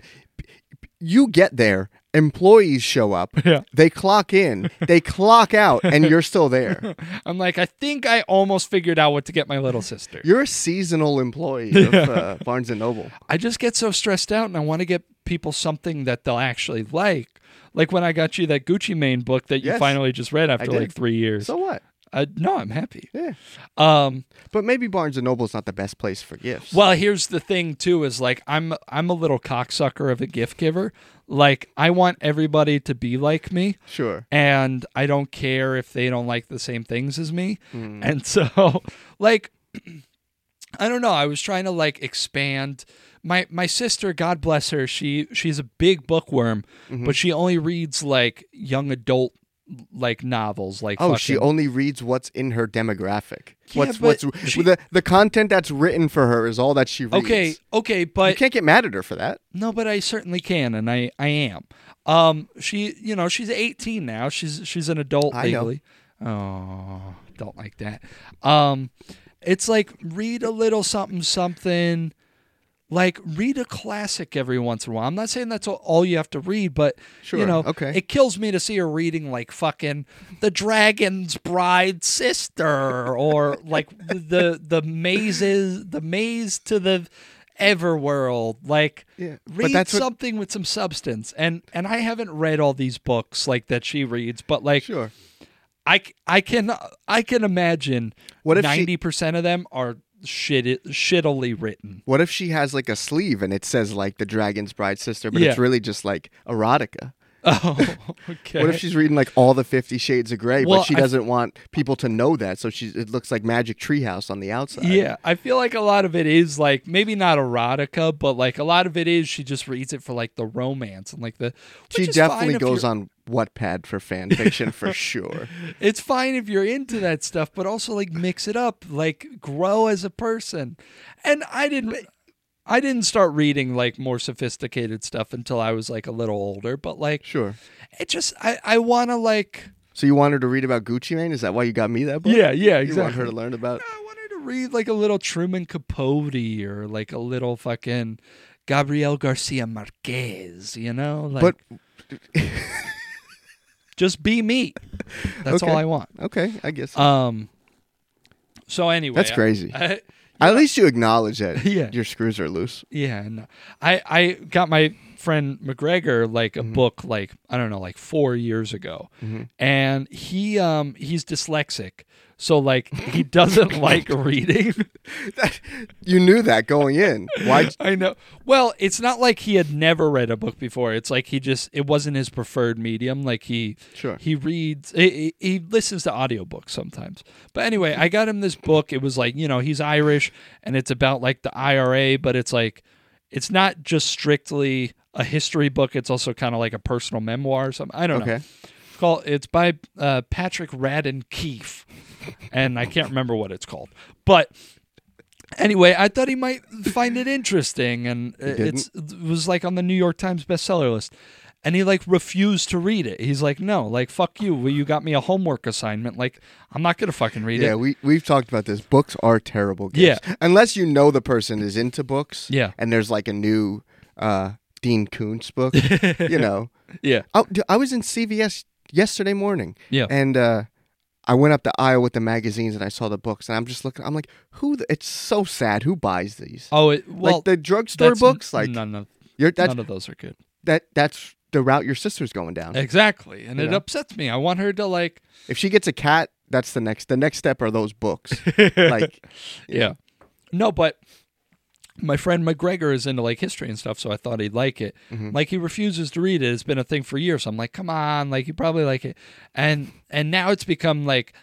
B: you get there. Employees show up.
C: Yeah.
B: They clock in. they clock out, and you're still there.
C: I'm like, I think I almost figured out what to get my little sister.
B: You're a seasonal employee of uh, Barnes and Noble.
C: I just get so stressed out and I want to get people something that they'll actually like. Like when I got you that Gucci Mane book that you
B: Yes.
C: finally just read after
B: did.
C: like three years.
B: So what?
C: I, no, I'm happy.
B: Yeah.
C: Um,
B: But maybe Barnes and Noble's not the best place for gifts.
C: well, here's the thing too is like I'm I'm a little cocksucker of a gift giver. Like I want everybody to be like me.
B: Sure.
C: and I don't care if they don't like the same things as me.
B: Hmm.
C: And so, like, I don't know. I was trying to like expand. My my sister, God bless her, she she's a big bookworm,
B: Mm-hmm.
C: but she only reads like young adult like novels. Like,
B: Oh, she
C: fucking-
B: only reads what's in her demographic.
C: Yeah,
B: what's
C: but
B: what's
C: she-
B: the the content that's written for her is all that she reads.
C: okay, okay,
B: you
C: but
B: can't get mad at her for that.
C: No, but I certainly can, and I I am. Um, she, you know, she's 18 now. She's she's an adult
B: I know.
C: legally. Oh, don't like that. Um, it's like read a little something something. Like read a classic every once in a while. I'm not saying that's all- all you have to read, but you
B: Sure,
C: know,
B: okay.
C: it kills me to see her reading like fucking the Dragon's Bride sister or like the the mazes, the maze to the Everworld. Like
B: Yeah, but
C: read
B: that's what-
C: something with some substance. And and I haven't read all these books like that she reads, but like
B: Sure.
C: I c- I can I can imagine
B: What if she-
C: ninety percent of them are shit shittily written.
B: What if she has like a sleeve and it says like the Dragon's Bride sister, but it's
C: Yeah.
B: really just like erotica?
C: Oh, okay.
B: What if she's reading like all the Fifty Shades of Grey,
C: Well,
B: but she
C: I-
B: doesn't want people to know that, so she it looks like Magic Treehouse on the outside.
C: Yeah, I feel like a lot of it is like maybe not erotica, but like a lot of it is she just reads it for like the romance and like the.
B: she definitely goes on Wattpad for fan fiction for sure.
C: It's fine if you're into that stuff, but also like mix it up, like grow as a person. And I didn't. I didn't start reading like more sophisticated stuff until I was like a little older, but like
B: Sure.
C: it just I I want to like
B: So you want her to read about Gucci Mane? Is that why you got me that book?
C: yeah yeah
B: You want her to
C: exactly.
B: learn about?
C: I wanted to read like a little Truman Capote or like a little fucking Gabriel Garcia Marquez, you know? Like
B: But
C: just be me. That's all
B: Okay.
C: I want.
B: okay, I guess
C: Um so anyway.
B: That's
C: I-
B: crazy.
C: I-
B: at least you acknowledge that
C: Yeah.
B: your screws are loose.
C: yeah, no. I I got my friend McGregor like a book like I don't know like 4 years ago. And he um he's dyslexic. So like he doesn't like reading.
B: You knew that going in. Why?
C: I know. Well, it's not like he had never read a book before. It's like he just it wasn't his preferred medium. Like he
B: Sure.
C: he reads he, he he listens to audiobooks sometimes. But anyway, I got him this book. It was like, you know, he's Irish and it's about like the IRA, but it's like it's not just strictly a history book. It's also kind of like a personal memoir or something. I don't know.
B: Okay.
C: It's called it's by uh, Patrick Radden Keefe. And I can't remember what it's called. But anyway, I thought he might find it interesting, and it's it was like on the New York Times bestseller list. And he like refused to read it. He's like, no, like fuck you. Well, you got me a homework assignment. Like I'm not gonna fucking read
B: Yeah,
C: it.
B: we we've talked about this. Books are terrible gifts. Yeah. Unless you know the person is into books.
C: Yeah.
B: And there's like a new uh, Dean Koontz book. you know.
C: Yeah,
B: I, dude, I was in CVS yesterday morning.
C: Yeah.
B: And uh, I went up the aisle with the magazines and I saw the books and I'm just looking. I'm like, who? The, it's so sad. Who buys these?
C: Oh, it, well,
B: like the drugstore
C: that's-
B: books. Like
C: none of
B: you're, that's
C: none of those are good.
B: that that's the route your sister's going down.
C: Exactly, and
B: You
C: it
B: know?
C: upsets me. I want her to like.
B: If she gets a cat that's the next the next step are those books. like
C: Yeah. No, but my friend McGregor is into like history and stuff, so I thought he'd like it.
B: Mm-hmm.
C: Like he refuses to read it. It's been a thing for years. I'm like, come on, like you probably like it. And and now it's become like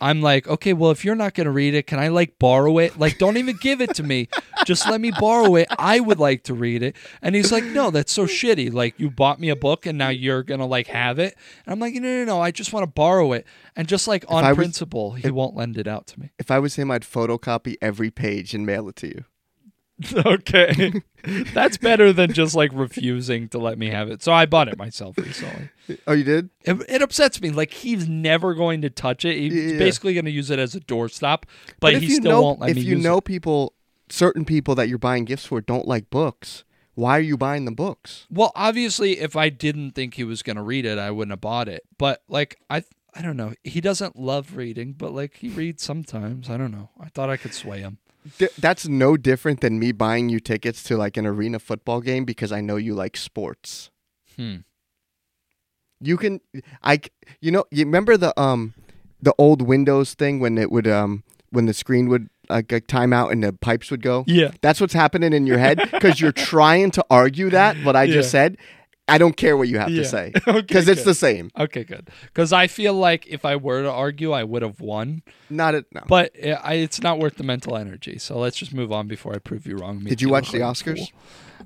C: I'm like, okay, well, if you're not gonna read it, can I like borrow it? Like, don't even give it to me. Just let me borrow it. I would like to read it. And he's like, no, that's so shitty. Like, you bought me a book, and now you're gonna like have it. And I'm like, no, no, no. I just want to borrow it. And just like on
B: I was-
C: principle, he won't lend it out to me.
B: if I was him, I'd photocopy every page and mail it to you.
C: Okay. That's better than just like refusing to let me have it. So I bought it myself recently.
B: Oh, you did?
C: It, it upsets me. Like he's never going to touch it. He's
B: Yeah.
C: basically going to use it as a doorstop, but,
B: if
C: he
B: you
C: still
B: know,
C: won't let
B: if
C: me
B: you
C: use
B: know
C: it.
B: people, certain people that you're buying gifts for don't like books. Why are you buying the books?
C: Well, obviously, if I didn't think he was going to read it, I wouldn't have bought it. But like I, I don't know. He doesn't love reading, but like he reads sometimes. I don't know. I thought I could sway him.
B: D- that's no different than me buying you tickets to like an arena football game because I know you like sports.
C: Hmm.
B: You can, I, c- you know, you remember the um, the old Windows thing when it would um, when the screen would like, like time out and the pipes would go.
C: Yeah.
B: that's what's happening in your head because you're trying to argue that what I just
C: Yeah.
B: said. I don't care what you have
C: Yeah.
B: to say
C: Okay,
B: because it's
C: good.
B: the same.
C: Okay, good. Because I feel like if I were to argue, I would have won.
B: Not at no.
C: But uh, I, it's not worth the mental energy. So let's just move on before I prove you wrong. and make
B: Did you
C: look
B: watch the
C: like a
B: Oscars?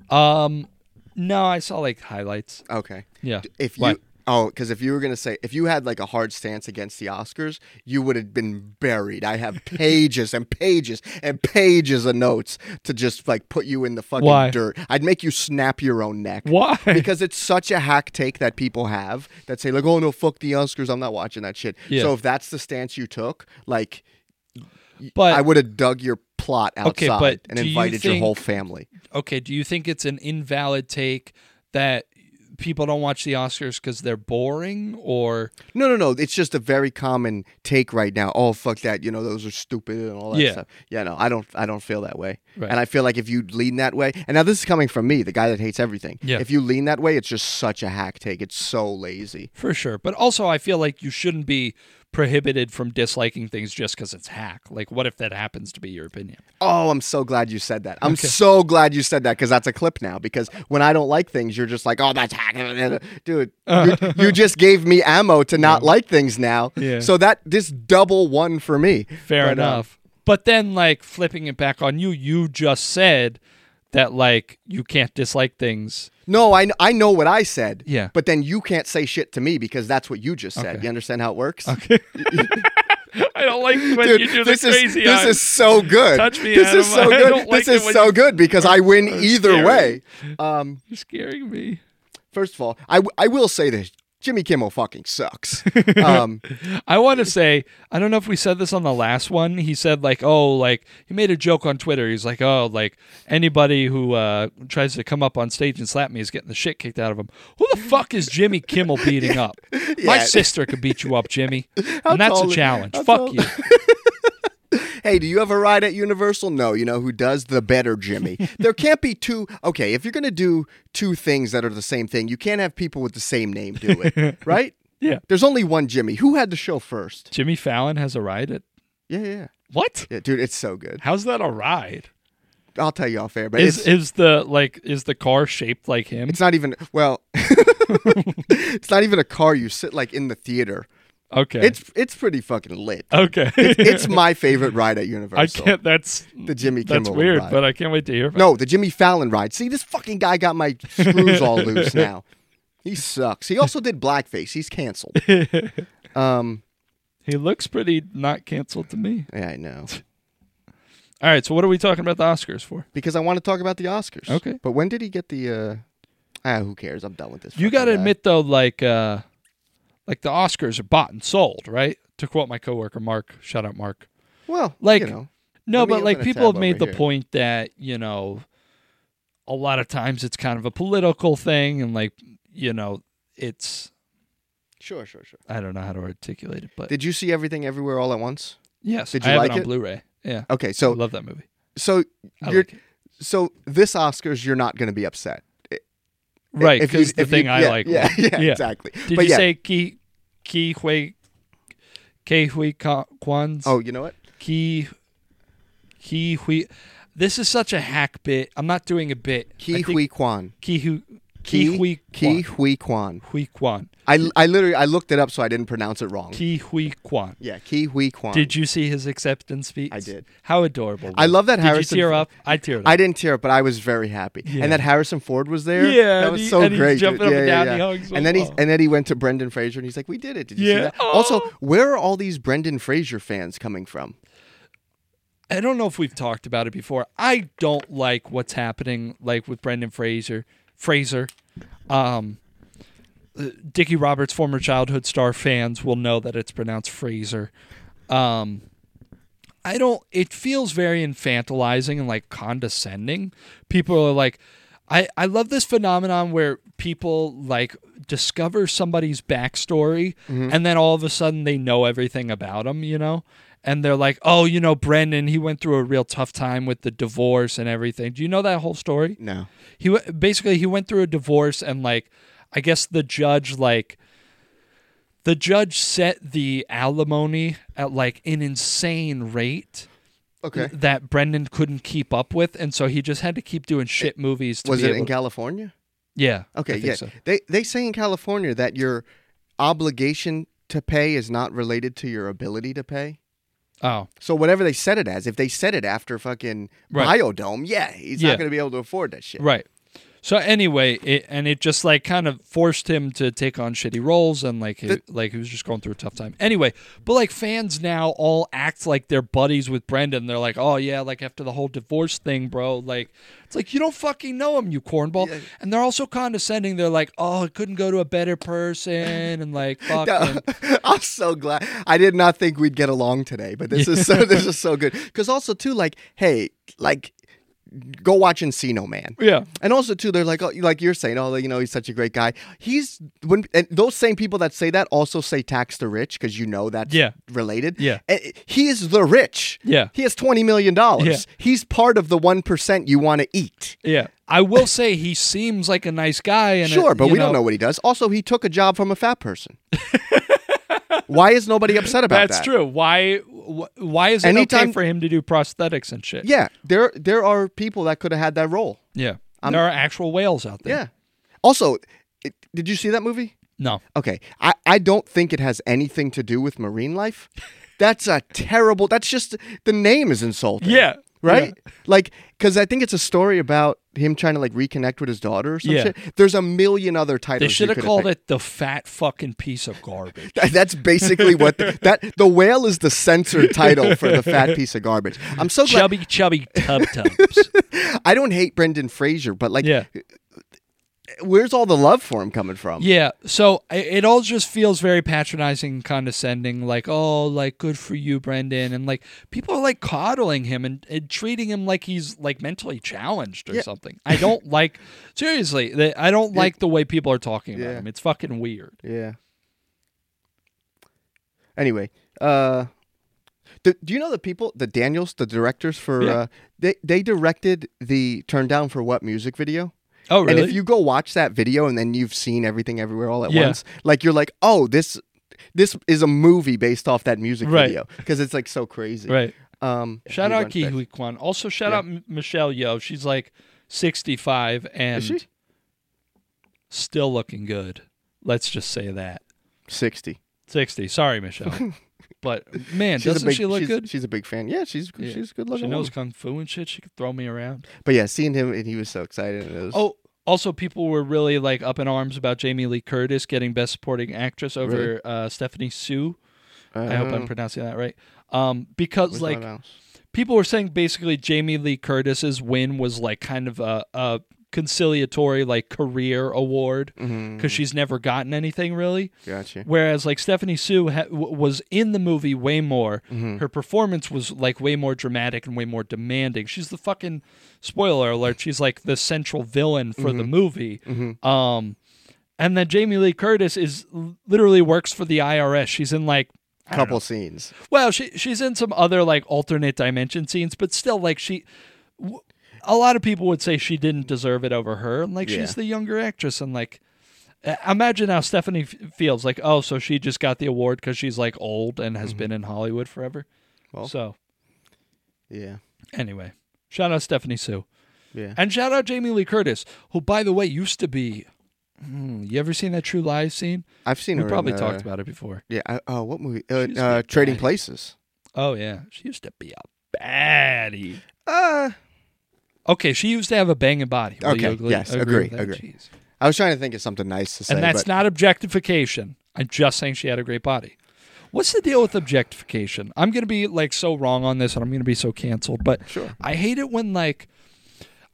C: fool. Um, no, I saw like highlights.
B: Okay.
C: Yeah.
B: If you
C: What?
B: oh, because if you were gonna say if you had like a hard stance against the Oscars, you would have been buried. I have pages and pages and pages of notes to just like put you in the fucking
C: Why?
B: dirt. I'd make you snap your own neck.
C: Why?
B: Because it's such a hack take that people have that say like, oh no, fuck the Oscars, I'm not watching that shit.
C: Yeah.
B: So if that's the stance you took, like
C: But
B: I would have dug your plot outside
C: Okay, but
B: and
C: do you
B: invited your whole
C: think-
B: family.
C: okay, do you think it's an invalid take that people don't watch the Oscars because they're boring or
B: No, no, no. It's just a very common take right now. Oh, fuck that. You know, those are stupid and all that
C: Yeah.
B: stuff. Yeah, no, I don't. I don't feel that way.
C: Right.
B: And I feel like if you lean that way, and now this is coming from me, the guy that hates everything.
C: Yeah.
B: If you lean that way, it's just such a hack take. It's so lazy.
C: for sure? But also, I feel like you shouldn't be prohibited from disliking things just because it's hack. Like, what if that happens to be your opinion?
B: Oh, I'm so glad you said that. I'm so glad you said that because that's a clip now. Because when I don't like things, you're just like, oh, that's hack, dude. You, you just gave me ammo to not like things now.
C: Yeah.
B: So that this double one for me.
C: Fair
B: But, uh,
C: enough. but then, like, flipping it back on you, you just said that, like, you can't dislike things.
B: No, I, I know what I said.
C: Yeah.
B: But then you can't say shit to me because that's what you just said.
C: Okay.
B: You understand how it works?
C: I don't like when
B: Dude,
C: you do
B: this
C: the
B: is
C: crazy
B: this is so good.
C: Touch me,
B: this is
C: Adam.
B: so
C: I
B: good.
C: don't like
B: this is
C: it when
B: so
C: you-
B: good because I win either
C: scary.
B: way. Um,
C: You're scaring me.
B: first of all, I, w- I will say this: Jimmy Kimmel fucking sucks. Um,
C: I want to say, I don't know if we said this on the last one. He said, like, oh, like, he made a joke on Twitter. He's like, oh, like, anybody who uh, tries to come up on stage and slap me is getting the shit kicked out of him. Who the fuck is Jimmy Kimmel beating up? My
B: Yeah.
C: sister could beat you up, Jimmy. and that's
B: tall-
C: a challenge.
B: how
C: Fuck
B: tall-
C: you.
B: hey, do you have a ride at Universal? No, you know who does the better Jimmy. there can't be two. Okay, if you're gonna do two things that are the same thing, you can't have people with the same name do it, right?
C: Yeah.
B: There's only one Jimmy. Who had the show first?
C: Jimmy Fallon has a ride at
B: Yeah, yeah,
C: what?
B: yeah, dude, it's so good.
C: How's that a ride?
B: I'll tell you off air, but
C: Is
B: it's,
C: is the like is the car shaped like him?
B: it's not even well. it's not even a car. You sit like in the theater.
C: Okay.
B: It's it's pretty fucking lit.
C: okay.
B: it's my favorite ride at
C: I
B: Universal.
C: can't. That's
B: The Jimmy
C: That's
B: Kimmel
C: weird,
B: ride.
C: but I can't wait to hear. About
B: No, the Jimmy Fallon ride. See, this fucking guy got my screws all loose now. He sucks. He also did blackface. He's canceled. Um,
C: it. He looks pretty not canceled to me.
B: yeah, I know.
C: All right. So what are we talking about the Oscars for?
B: Because I want to talk about the Oscars.
C: Okay.
B: But when did he get the? uh Ah, who cares? I'm done with this.
C: You
B: fucking
C: got to
B: guy.
C: admit though, like, uh like the Oscars are bought and sold, right? To quote my coworker Mark, shout out Mark.
B: Well,
C: like,
B: you know,
C: No,
B: Let me
C: but like
B: open a
C: people
B: tab
C: have made
B: over
C: the
B: here.
C: point that, you know, a lot of times it's kind of a political thing and like, you know, it's
B: sure, sure, sure.
C: I don't know how to articulate it, but
B: Did you see everything everywhere all at once?
C: yes,
B: did
C: I
B: you
C: have
B: like
C: it on
B: it?
C: Blu-ray. Yeah.
B: Okay, so
C: love that movie.
B: so
C: I
B: you're
C: like it.
B: so this Oscars, you're not going to be upset,
C: Right,
B: If you-
C: because the
B: if you-
C: thing I
B: yeah,
C: like.
B: Yeah, yeah,
C: Yeah.
B: exactly.
C: Did
B: but
C: you
B: yeah,
C: say Ki Ki Hui K Hui Ka- Kwan's.
B: Oh, you know what?
C: Ki Ki Hui. This is such a hack bit. I'm not doing a bit. I
B: Ki
C: think
B: Hui Kwan.
C: Ki Hui Ki Hui
B: Ki
C: Ki
B: Hui Kwan.
C: Hui Kwan.
B: I, I literally I looked it up so I didn't pronounce it wrong.
C: Ki Hui Kwan.
B: Yeah, Ki Hui Kwan.
C: Did you see his acceptance speech?
B: I did.
C: How adorable.
B: I love that
C: Did
B: Harrison
C: you tear
B: Ford-
C: up? I teared up.
B: I didn't tear, but I was very happy.
C: Yeah.
B: And that Harrison Ford was there.
C: Yeah,
B: that
C: and
B: was
C: he-
B: so
C: and he's
B: great. dude.
C: jumping up
B: yeah,
C: and
B: yeah,
C: down, he
B: yeah.
C: hugs so
B: and then he
C: well.
B: and then he went to Brendan Fraser, and he's like, "We did it. Did you see
C: Yeah. Oh.
B: that?"
C: Aw.
B: Also, where are all these Brendan Fraser fans coming from?
C: I don't know if we've talked about it before. I don't like what's happening, like with Brendan Fraser, Fraser, um, uh, Dickie Roberts, former childhood star fans will know that it's pronounced Fraser. Um, I don't. It feels very infantilizing and like condescending. People are like, I I love this phenomenon where people like discover somebody's backstory and then all of a sudden they know everything about them. You know. And they're like, oh, you know, Brendan, he went through a real tough time with the divorce and everything. Do you know that whole story?
B: No.
C: he w- basically he went through a divorce and like i guess the judge like the judge set the alimony at like an insane rate
B: Okay.
C: that brendan couldn't keep up with and so he just had to keep doing shit movies to
B: Was
C: be
B: it
C: able
B: in
C: to-
B: California?
C: yeah I
B: Okay,
C: think
B: yeah.
C: so.
B: They they say in California that your obligation to pay is not related to your ability to pay.
C: oh
B: So whatever they set it as, if they set it after fucking
C: Right.
B: Biodome, yeah, he's
C: Yeah.
B: not going to be able to afford that shit.
C: Right. So anyway, it, and it just like kind of forced him to take on shitty roles, and like he,
B: The-
C: like he was just going through a tough time. Anyway, but like fans now all act like they're buddies with Brendan. They're like, oh yeah, like after the whole divorce thing, bro. Like it's like you don't fucking know him, you cornball. And they're also condescending. They're like, oh, I couldn't go to a better person, and like fuck. him.
B: I'm so glad. I did not think we'd get along today, but this is so this is so good. Because also too, like, hey, like, go watch Encino Man.
C: Yeah.
B: And also too, they're like, oh, like you're saying, oh, you know, he's such a great guy. He's when and those same people that say that also say tax the rich because you know that's
C: Yeah.
B: related.
C: Yeah.
B: And he is the rich.
C: Yeah.
B: he has twenty million dollars.
C: Yeah.
B: he's part of the one percent you want to eat.
C: Yeah. I will say he seems like a nice guy. And
B: Sure,
C: it-
B: but
C: you
B: we don't know what he does. Also, he took a job from a fat person. Why is nobody upset about
C: That's
B: that?
C: true. Why? wh- Why is it okay
B: Anytime-
C: for him to do prosthetics and shit?
B: Yeah, there there are people that could have had that role.
C: Yeah. there are actual whales out there.
B: Yeah. Also, it, did you see that movie?
C: No.
B: Okay, I, I don't think it has anything to do with marine life. That's a terrible. That's just the name is insulting.
C: Yeah.
B: Right? Like, because I think it's a story about him trying to like reconnect with his daughter or some
C: Yeah.
B: shit. There's a million other titles.
C: They
B: you
C: should have
B: could've
C: called
B: picked.
C: it the fat fucking piece of garbage.
B: That's basically what the, that the whale is the censored title for the fat piece of garbage. I'm so glad
C: chubby, chubby tub tubs.
B: I don't hate Brendan Fraser, but like,
C: Yeah.
B: where's all the love for him coming from?
C: Yeah. So i- it all just feels very patronizing and condescending. Like, oh, like, good for you, Brendan. And like, people are like coddling him and, and treating him like he's like mentally challenged or
B: Yeah.
C: something. I don't like, seriously, the- I don't like the way people are talking about
B: Yeah.
C: him. It's fucking weird.
B: Yeah. Anyway, uh, the, do you know the people, the Daniels, the directors for,
C: Yeah.
B: uh, they they directed the "Turn Down for What" music video.
C: Oh, really?
B: And if you go watch that video and then you've seen everything everywhere all at
C: Yeah.
B: once, like you're like, oh, this this is a movie based off that music
C: Right.
B: video because it's like so crazy.
C: right.
B: Um,
C: Shout
B: we
C: out
B: went
C: Ki
B: back-
C: Hui Kwan. Also, shout
B: Yeah.
C: out M- Michelle Yeoh. She's like 65 and
B: she?
C: still looking good. Let's just say that.
B: Sixty.
C: 60. Sorry, Michelle. but man,
B: She's a
C: doesn't
B: big-
C: she look
B: she's-
C: good?
B: She's a big fan. Yeah, she's
C: Yeah.
B: she's good
C: She
B: looking.
C: knows kung fu and shit. She could throw me around.
B: But yeah, seeing him and he was so excited. and it was-
C: Oh, also, people were really like up in arms about Jamie Lee Curtis getting Best Supporting Actress over uh, Stephanie Sue. I hope I'm pronouncing that right. Um, because
B: Uh-huh. Where's my
C: like
B: mouse?
C: people were saying basically Jamie Lee Curtis's win was like kind of a, a conciliatory like career award because she's never gotten anything really.
B: Gotcha.
C: Whereas like Stephanie Sue ha- w- was in the movie way more. Her performance was like way more dramatic and way more demanding. She's the fucking spoiler alert. She's like the central villain for the movie. Um, and then Jamie Lee Curtis is literally works for the IRS. She's in like I don't know,
B: Couple scenes.
C: well, she she's in some other like alternate dimension scenes, but still like she w- a lot of people would say she didn't deserve it over her. And like
B: Yeah.
C: she's the younger actress and like Uh, Imagine how Stephanie f- feels like, oh, so she just got the award because she's like old and has been in Hollywood forever.
B: Mm-hmm. Well.
C: so,
B: Yeah.
C: anyway, shout out Stephanie Sue.
B: Yeah.
C: And shout out Jamie Lee Curtis, who, by the way, used to be. Hmm, you ever seen that True Lies scene?
B: I've seen
C: We
B: her.
C: probably
B: in, uh,
C: talked about it before.
B: Yeah. I, oh, what movie? Uh,
C: She's
B: uh,
C: a
B: Trading
C: guy.
B: Places.
C: Oh, yeah. She used to be a baddie.
B: Uh,
C: Okay, she used to have a banging body. Will you
B: Okay,
C: agree-
B: yes,
C: agree.
B: agree,
C: with that?
B: agree.
C: Jeez.
B: I was trying to think of something nice to say.
C: and that's
B: but
C: not objectification. I'm just saying she had a great body. What's the deal with objectification? I'm gonna be like so wrong on this, and I'm gonna be so canceled. But
B: Sure.
C: I hate it when like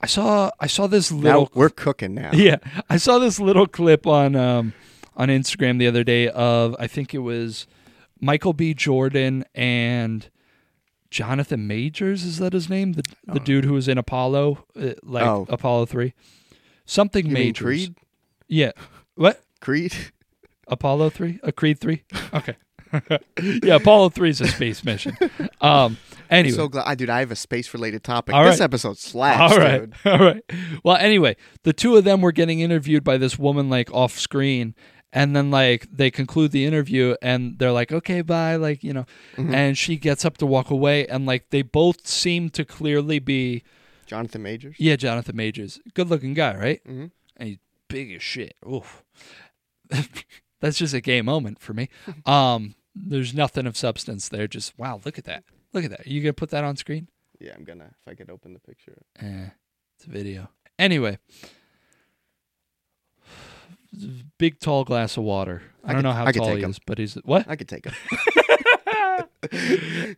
C: I saw I saw this
B: now
C: little
B: we're cooking now.
C: yeah I saw this little clip on um, on Instagram the other day of I think it was Michael B. Jordan and Jonathan Majors is that his name the the dude who was in Apollo uh, like
B: Oh.
C: Apollo three something
B: You mean
C: Majors
B: Creed?
C: yeah what
B: Creed?
C: Apollo three? A Creed three? Okay. yeah, Apollo three is a space mission. Um. Anyway.
B: So glad, I, dude. I have a space-related topic.
C: All
B: this
C: right.
B: episode slaps,
C: all right.
B: dude.
C: All right. Well, anyway, the two of them were getting interviewed by this woman like off screen, and then like they conclude the interview and they're like, "Okay, bye," like you know, and she gets up to walk away, and like they both seem to clearly be
B: Jonathan Majors.
C: Yeah, Jonathan Majors. Good looking guy, right? Mm-hmm. And he's big as shit. Oof. That's just a gay moment for me. Um, there's nothing of substance there. Just, wow, look at that. Look at that. Are you going to put that on screen?
B: Yeah, I'm gonna. If I could open the picture.
C: Eh, it's a video. Anyway, big tall glass of water. I, don't
B: could-
C: know how
B: I could
C: tall
B: take
C: he
B: him.
C: is, but he's what?
B: I could take him.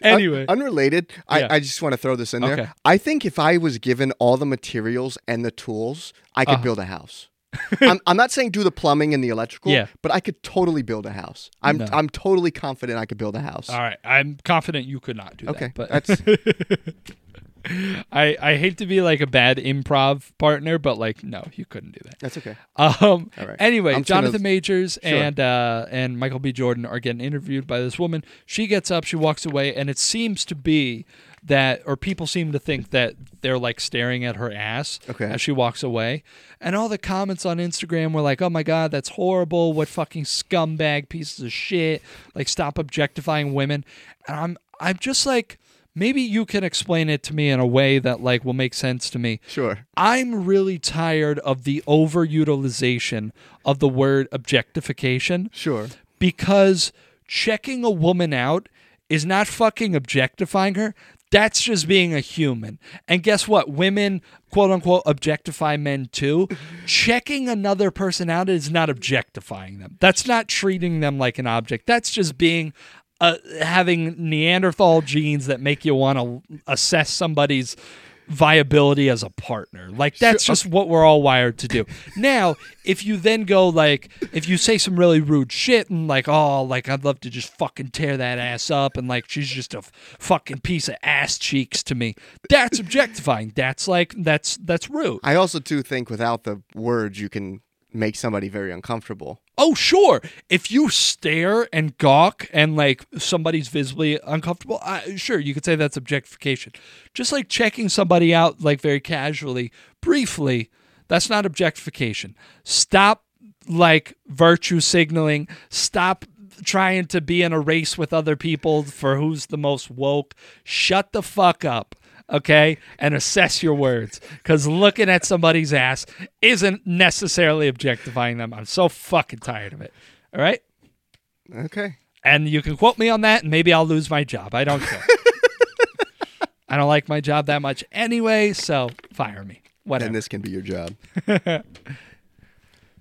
C: Anyway,
B: Un- unrelated. I,
C: Yeah.
B: I just want to throw this in there.
C: Okay.
B: I think if I was given all the materials and the tools, I
C: Uh-huh.
B: could build a house. I'm, I'm not saying do the plumbing and the electrical,
C: Yeah.
B: but I could totally build a house. I'm
C: No.
B: I'm totally confident I could build a house.
C: all right. I'm confident you could not do
B: Okay,
C: that. But
B: that's
C: I I hate to be like a bad improv partner, but like no, you couldn't do that.
B: that's okay.
C: Um.
B: All right.
C: Anyway,
B: I'm just
C: Jonathan
B: gonna-
C: Majors and uh, and Michael B. Jordan are getting interviewed by this woman. She gets up, she walks away, and it seems to be that, or people seem to think that they're like staring at her ass
B: Okay.
C: as she walks away. And all the comments on Instagram were like, "Oh my god, that's horrible! What fucking scumbag pieces of shit! Like, stop objectifying women." And I'm I'm just like. Maybe you can explain it to me in a way that like will make sense to me.
B: Sure.
C: I'm really tired of the overutilization of the word objectification
B: Sure.
C: because checking a woman out is not fucking objectifying her. That's just being a human. And guess what? Women, quote unquote, objectify men too. Checking another person out is not objectifying them. That's not treating them like an object. That's just being. Uh, having Neanderthal genes that make you want to assess somebody's viability as a partner. Like that's just what we're all wired to do. Now, if you then go like if you say some really rude shit and like oh like I'd love to just fucking tear that ass up and like she's just a f- fucking piece of ass cheeks to me. That's objectifying. That's like that's that's rude.
B: I also too think without the words you can make somebody very uncomfortable.
C: Oh sure. If you stare and gawk and like somebody's visibly uncomfortable, I, sure you could say that's objectification. Just like checking somebody out like very casually, briefly, that's not objectification. Stop like virtue signaling. Stop trying to be in a race with other people for who's the most woke. Shut the fuck up. Okay, and assess your words because looking at somebody's ass isn't necessarily objectifying them. I'm so fucking tired of it. All right,
B: Okay.
C: and you can quote me on that, and maybe I'll lose my job. I don't care. I don't like my job that much anyway, so fire me.
B: And
C: Whatever.
B: this can be your job.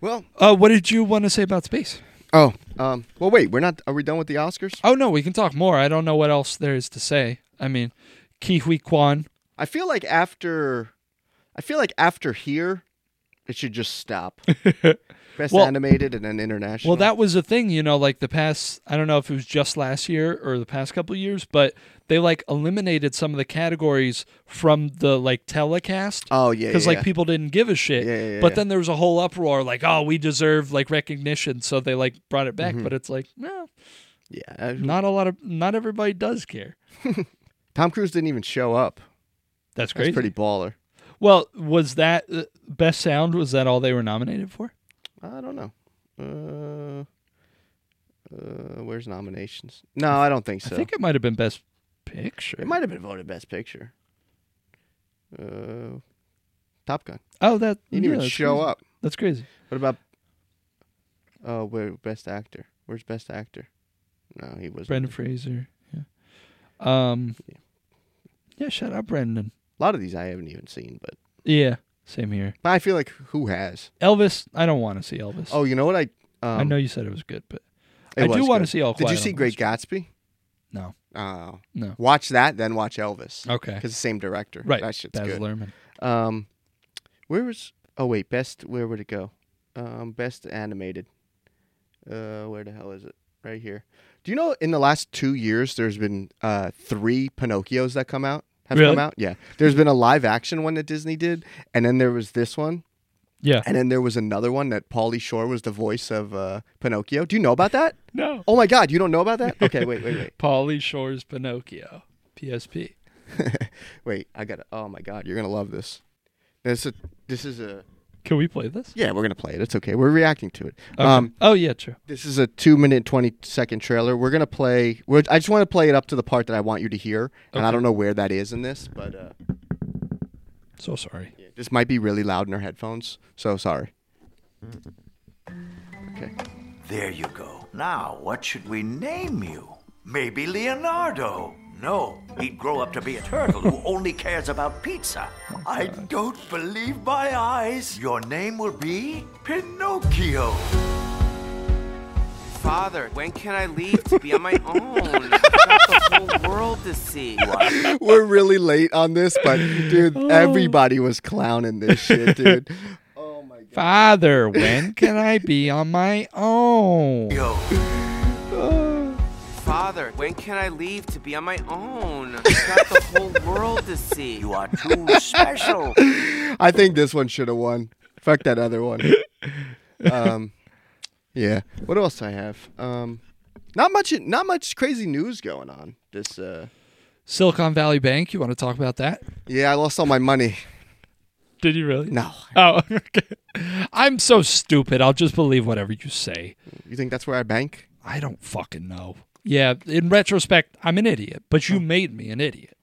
B: well,
C: uh, what did you want to say about space?
B: oh, um, well, wait. We're not. Are we done with the Oscars?
C: Oh no, we can talk more. I don't know what else there is to say. I mean, Kiwi Kwan.
B: I feel like after, I feel like after here, it should just stop. Best
C: Well-
B: animated and then international.
C: Well, that was a thing, you know, like the past, I don't know if it was just last year or the past couple of years, but they like eliminated some of the categories from the like telecast.
B: Oh yeah.
C: because
B: yeah,
C: like
B: yeah.
C: people didn't give a shit.
B: Yeah, yeah, yeah,
C: but
B: yeah.
C: then there was a whole uproar, like, oh, we deserve like recognition, so they like brought it
B: Mm-hmm.
C: back. But it's like, no,
B: Yeah. uh, I-
C: not a lot of, not everybody does care.
B: Tom Cruise didn't even show up. That's
C: That's crazy.
B: pretty baller.
C: well, was that uh, best sound? Was that all they were nominated for?
B: I don't know. Uh, uh, where's nominations? No, I don't think so.
C: I think it might have been Best Picture.
B: it might have been voted Best Picture. Uh, Top Gun.
C: Oh, that
B: You
C: yeah,
B: didn't even
C: that's
B: show
C: crazy.
B: up.
C: That's crazy.
B: What about? Oh, where Best Actor? Where's Best Actor? No, he was
C: Brendan Fraser. Yeah. Um. Yeah. Shout out Brendan.
B: A lot of these I haven't even seen, but
C: Yeah. Same here.
B: but I feel like who has?
C: Elvis. I don't want to see Elvis.
B: Oh, you know what I? Um,
C: I know you said it was good, but
B: it
C: I do
B: was
C: want to
B: good.
C: see All
B: Did you
C: Quiet
B: see
C: on the
B: Great Gatsby?
C: No.
B: Oh,
C: No.
B: watch that, then watch Elvis.
C: Okay.
B: Because the same director.
C: Right.
B: That shit's
C: Baz
B: good.
C: Luhrmann.
B: Um, where was? Oh wait, best. Where would it go? Um, best animated. Uh, where the hell is it? Right here. Do you know in the last two years there's been uh three Pinocchios that come out have
C: Really?
B: come out? Yeah. There's been a live action one that Disney did, and then there was this one,
C: Yeah.
B: and then there was another one that Pauly Shore was the voice of uh Pinocchio. Do you know about that?
C: No.
B: Oh my God, you don't know about that? Okay, wait, wait, wait,
C: Polly Shore's Pinocchio. PSP.
B: wait. I got. to Oh my God, you're gonna love this. This is a, this is a.
C: Can we play this?
B: Yeah, we're gonna play it. It's okay. We're reacting to it.
C: Okay.
B: Um,
C: oh yeah, true.
B: This is a two minute twenty second trailer. We're gonna play. We're, I just want to play it up to the part that I want you to hear, and I
C: Okay.
B: don't know where that is in this, but uh,
C: So sorry.
B: yeah, this might be really loud in our headphones. So sorry.
C: Mm-hmm.
B: Okay.
D: There you go. Now, what should we name you? Maybe Leonardo. No, he'd grow up to be a turtle who only cares about pizza. I don't believe my eyes. Your name will be Pinocchio.
E: Father, when can I leave to be on my own? I've got the whole world to see.
B: We're really late on this, but dude,
C: Oh.
B: everybody was clowning this shit, dude.
C: Father, when can I be on my own?
D: Yo,
E: Father, when can I leave to be on my own? I've got the whole world to see.
D: you are too special.
B: I think this one should have won. Fuck that other one. Um, yeah. What else do I have? Um, not much. Not much crazy news going on. This. Uh,
C: Silicon Valley Bank. You want to talk about that?
B: yeah, I lost all my money.
C: Did you really?
B: No.
C: Oh, okay. I'm so stupid. I'll just believe whatever you say.
B: You think that's where I bank?
C: I don't fucking know. Yeah, in retrospect, I'm an idiot, but
B: Oh.
C: you made me an idiot.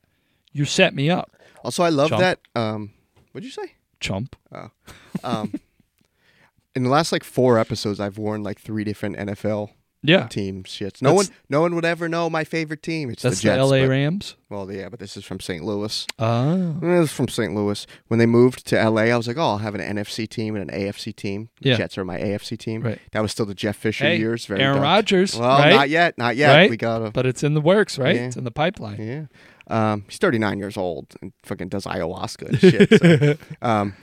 C: You set me up,
B: Also, I love
C: Chump.
B: that. Um, what'd you say?
C: chump.
B: In the last like four episodes, I've worn like three different NFL
C: Yeah.
B: team shits. No
C: That's-
B: one, no one would ever know my favorite team. It's
C: That's
B: the Jets.
C: LA
B: but-
C: Rams.
B: Well, yeah, but this is from St. Louis.
C: Oh.
B: This is from St. Louis. When they moved to LA, I was like, oh, I'll have an NFC team and an AFC team. The
C: Yeah.
B: Jets are my AFC team.
C: Right.
B: That was still the Jeff Fisher
C: Hey,
B: years. Very
C: Aaron
B: dark.
C: Rodgers,
B: Well,
C: right?
B: not yet. Not yet.
C: right?
B: We got him.
C: But it's in the works, right?
B: Yeah.
C: It's in the pipeline.
B: Yeah. Um, he's 39 years old and fucking does ayahuasca and shit. so. um,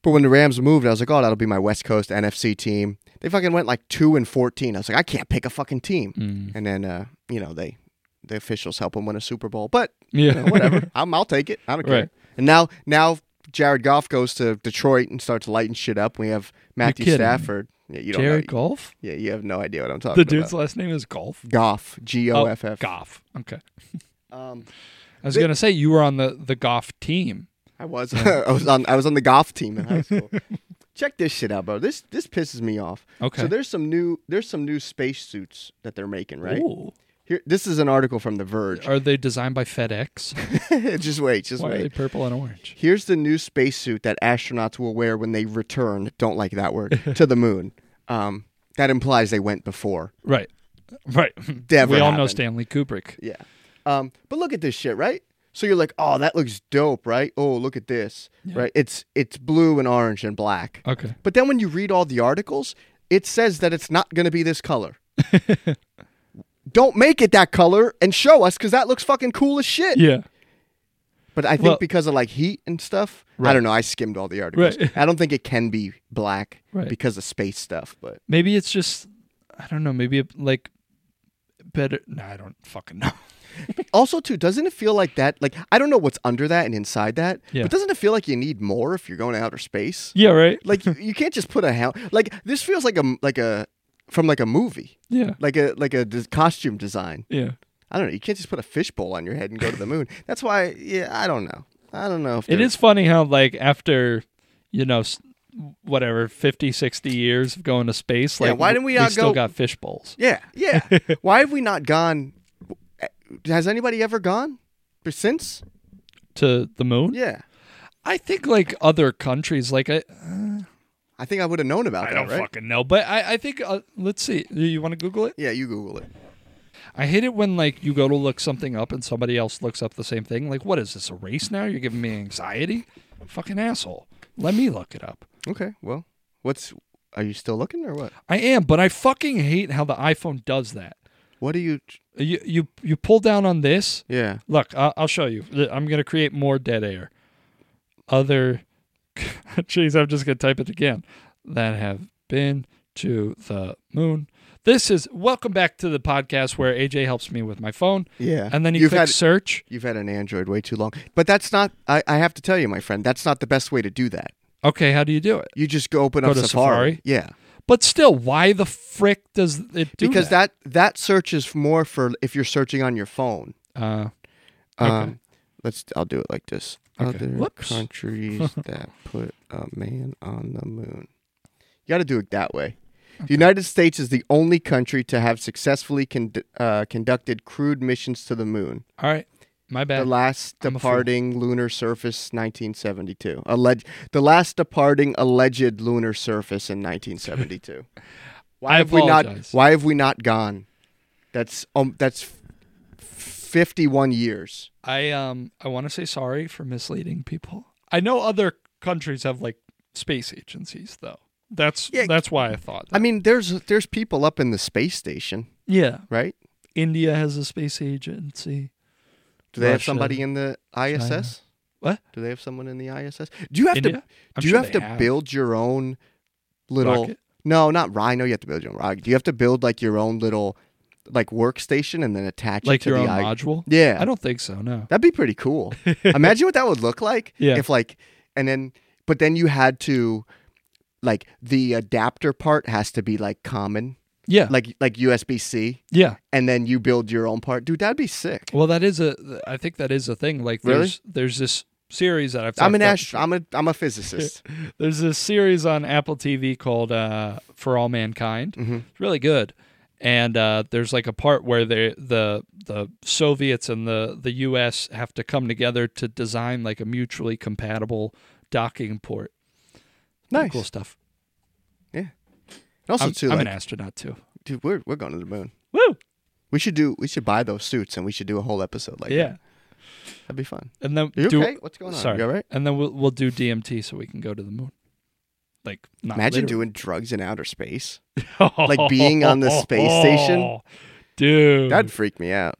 B: but when the Rams moved, I was like, oh, that'll be my West Coast NFC team. They fucking went like 2 and 14. I was like, I can't pick a fucking team.
C: Mm.
B: And then, uh, you know, they the officials help him win a Super Bowl. But you
C: Yeah.
B: know, whatever. I'm, I'll take it. I don't care.
C: Right.
B: And now, now Jared Goff goes to Detroit and starts lighting shit up. We have Matthew
C: kidding me.
B: Stafford. Yeah, you don't
C: Jared
B: know.
C: Golf?
B: Yeah, you have no idea what I'm talking
C: The
B: about.
C: dude's last name is Golf.
B: Goff. G O F
C: Oh,
B: F.
C: Goff. Okay.
B: Um,
C: I was gonna say you were on the the Goff team.
B: I was. I was on. I was on the golf team in high school. Check this shit out, bro. This this pisses me off.
C: Okay.
B: So there's some new there's some new spacesuits that they're making, right?
C: Ooh.
B: Here, this is an article from The Verge.
C: Are they designed by FedEx?
B: just wait, just
C: Why are they
B: wait.
C: purple and orange?
B: Here's the new spacesuit that astronauts will wear when they return. Don't like that word to the moon. Um, that implies they went before.
C: Right. Right.
B: Never
C: we all know
B: happened.
C: Stanley Kubrick.
B: Yeah. Um, but look at this shit, right? So you're like, oh, that looks dope, right? Oh, look at this, right? It's it's blue and orange and black.
C: Okay.
B: But then when you read all the articles, it says that it's not going to be this color. Don't make it that color and show us because that looks fucking cool as shit.
C: Yeah.
B: But I think
C: Well-
B: because of like heat and stuff, I don't know. I skimmed all the articles.
C: Right.
B: I don't think it can be black
C: Right.
B: because of space stuff. But
C: Maybe it's just I don't know, maybe it, like better no, I don't fucking know.
B: also, too, doesn't it feel like that? Like I don't know what's under that and inside that.
C: Yeah.
B: But doesn't it feel like you need more if you're going to outer space?
C: Yeah, right?
B: Like you, you can't just put a helmet. Like this feels like a like a from like a movie,
C: Yeah.
B: like a like a des- costume design.
C: Yeah.
B: I don't know. You can't just put a fishbowl on your head and go to the moon. That's why, yeah, I don't know. I don't know if
C: It
B: they're-
C: is funny how like after you know s- whatever 50 60 years of going to space
B: Yeah,
C: like
B: why didn't we not
C: still
B: go-
C: got fish bowls
B: Yeah, yeah. Why have we not gone? eh, Has anybody ever gone since?
C: to the moon
B: Yeah,
C: i think like other countries like i,
B: I think I would have known about
C: I
B: that,
C: don't
B: right?
C: fucking know but i, I think uh, let's see you, want to google it
B: Yeah, you Google it.
C: i hate it when like you go to look something up and somebody else looks up the same thing like what is this a race now you're giving me anxiety fucking asshole let me look it up
B: Okay, well, what's? Are you still looking or what?
C: i am but i fucking hate how the iphone does that
B: What do you?
C: you you, you pull down on this
B: Yeah,
C: Look, I- I'll show you. Th- I'm going to create more dead air. Other. Jeez, I'm just going to type it again. That have been to the moon. This is welcome back to the podcast where AJ helps me with my phone.
B: yeah.
C: And then you
B: You've had-
C: click search.
B: You've had an Android way too long, but that's not. I, I have to tell you, my friend, that's not the best way to do that.
C: Okay, how do you do it?
B: You just go open
C: Go
B: up
C: to Safari?
B: Yeah,
C: But still, why the frick does it do
B: because
C: that?
B: that. that search is more for if you're searching on your phone.
C: Uh,
B: Um, let's. I'll do it like this.
C: Okay.
B: Other
C: Whoops.
B: countries that put a man on the moon. You got to do it that way. The United States is the only country to have successfully con- uh, conducted crewed missions to the moon.
C: all right, my
B: The
C: bad.
B: last
C: Eh, I'm a fool.
B: departing lunar surface, 1972. Alleged. The last departing alleged lunar surface in 1972. Why
C: I
B: have we not?
C: apologize.
B: Why have we not gone? That's um. That's f- 51 years.
C: I um I want to say sorry for misleading people. I know other countries have like space agencies though. That's
B: Yeah,
C: that's why I thought.
B: I mean, there's there's people up in the space station,
C: yeah,
B: right?
C: India has a space agency.
B: Do they have
C: Russia,
B: somebody in the ISS?
C: What?
B: Do they have someone in the ISS? Do you have
C: India?
B: to?
C: I'm
B: do you
C: sure
B: have
C: they
B: to
C: have.
B: build your own little?
C: Rocket?
B: No, not. ro- I know you have to build your own rocket. Do you have to build like your own little, like workstation and then attach
C: Like
B: it to
C: your
B: the
C: own
B: I-
C: module?
B: Yeah.
C: I don't think so. No.
B: That'd be pretty cool. Imagine what that would look like.
C: Yeah.
B: If like, and then, but then you had to, like, the adapter part has to be like common,
C: Yeah.
B: like like USB C,
C: yeah.
B: and then you build your own part. Dude, that'd be sick.
C: Well, that is a. I think that is a thing. Like
B: Really?
C: there's there's this series that I've.
B: I'm
C: talked
B: an
C: about
B: astro- I'm a I'm a physicist.
C: There's this series on Apple TV called uh, "For All Mankind."
B: Mm-hmm.
C: It's really good, and uh, there's like a part where they, the the Soviets and the the U.S. have to come together to design like a mutually compatible docking port. Pretty
B: nice.
C: cool stuff.
B: And also
C: I'm,
B: too,
C: I'm
B: like,
C: an astronaut too.
B: dude, we're we're going to the moon.
C: Woo!
B: We should do we should buy those suits and we should do a whole episode like
C: yeah,
B: that. That'd be fun.
C: and then
B: You
C: do
B: okay? What's going on?
C: Sorry,
B: You all right?
C: And then we'll we'll do DMT so we can go to the moon. Like not
B: Imagine
C: Uh, literally. Mm-hmm.
B: doing drugs in outer space. like being on the space station.
C: Dude,
B: That'd freak me out.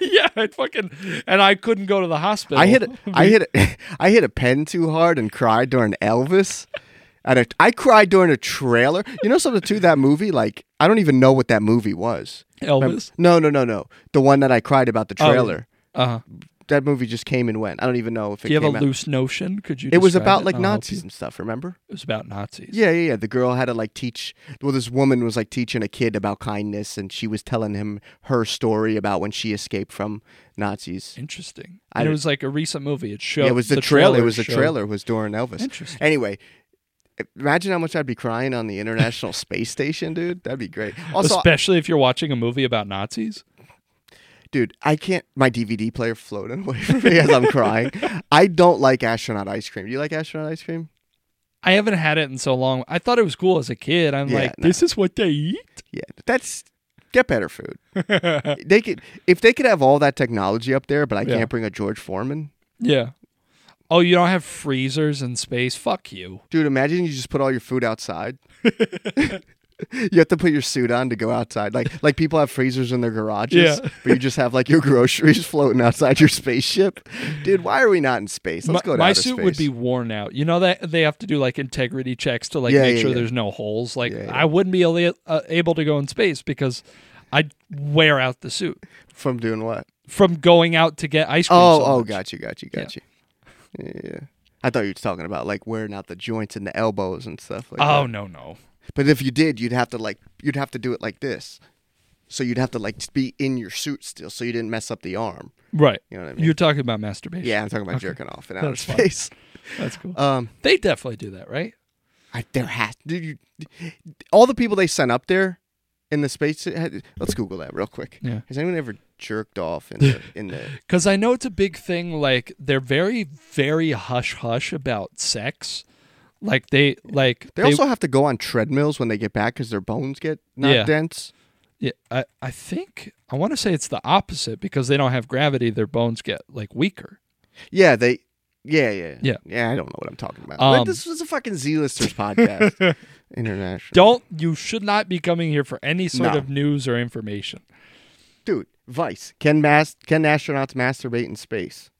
C: yeah, I'd fucking and I couldn't go to the hospital.
B: I hit a- I hit a- I hit a pen too hard and cried during Elvis. At a, I cried during a trailer. You know something too? That movie, like I don't even know what that movie was.
C: Elvis.
B: No, no, no, no. The one that I cried about the
C: Oh,
B: trailer.
C: Uh,
B: That movie just came and went. I don't even know if it
C: do you
B: came
C: have a
B: out.
C: loose notion? Could you?
B: it was
C: describe Oh,
B: about like
C: and I'll help
B: Nazis
C: you?
B: and stuff. Remember?
C: It was about Nazis.
B: Yeah, yeah, yeah. The girl had to like teach. Well, this woman was like teaching a kid about kindness, and she was telling him her story about when she escaped from Nazis.
C: Interesting.
B: I
C: And it
B: don't-
C: was like a recent movie. It showed.
B: Yeah, it was the, trailer.
C: trailer.
B: It was the
C: showed-
B: trailer. Was during Elvis.
C: Interesting.
B: Anyway, imagine how much I'd be crying on the International Space Station, dude. That'd be great. Also,
C: Especially if you're watching a movie about Nazis.
B: dude, I can't. My DVD player floating away from me as I'm crying. I don't like astronaut ice cream. Do you like astronaut ice cream?
C: I haven't had it in so long. I thought it was cool as a kid. I'm
B: Yeah,
C: like,
B: no.
C: this is what they eat.
B: Yeah, that's get better food. they could if they could have all that technology up there, but I
C: Yeah.
B: can't bring a George Foreman.
C: Yeah. Oh, you don't have freezers in space? Fuck you.
B: Dude, imagine you just put all your food outside. you have to put your suit on to go outside. Like like people have freezers in their garages,
C: Yeah.
B: but you just have like your groceries floating outside your spaceship. Dude, why are we not in space? Let's
C: my
B: go to
C: my
B: outer
C: suit
B: space.
C: would be worn out. You know that they have to do like integrity checks to like
B: Yeah,
C: make
B: yeah,
C: sure
B: yeah.
C: there's no holes. Like
B: Yeah, yeah.
C: I wouldn't be ali- uh, able to go in space because I'd wear out the suit
B: from doing what?
C: from going out to get ice cream.
B: Oh,
C: so
B: oh,
C: much.
B: got you, got you, got you. Yeah. I thought you were talking about like wearing out the joints and the elbows and stuff like that.
C: Oh no no.
B: But if you did, you'd have to like you'd have to do it like this. So you'd have to like be in your suit still, so you didn't mess up the arm.
C: Right.
B: You know what I mean?
C: You're talking about masturbation.
B: Yeah, I'm talking about jerking off in outer
C: That's fine.
B: space.
C: That's cool.
B: Um,
C: they definitely do that, right?
B: I, there has dude, you, all the people they sent up there in the space. Let's Google that real quick.
C: Yeah.
B: Has anyone ever jerked off in the in the?
C: Because I know it's a big thing. Like they're very, very hush hush about sex. Like they like
B: They, also have to go on treadmills when they get back because their bones get not
C: Yeah.
B: dense.
C: Yeah, I, I think I want to say it's the opposite because they don't have gravity. Their bones get like weaker.
B: Yeah, they. Yeah, yeah,
C: Yeah.
B: I don't know what I'm talking about.
C: Um,
B: like, this was a fucking Z-listers podcast, international.
C: Don't you should not be coming here for any sort
B: No.
C: of news or information.
B: dude vice can mas- can astronauts masturbate in space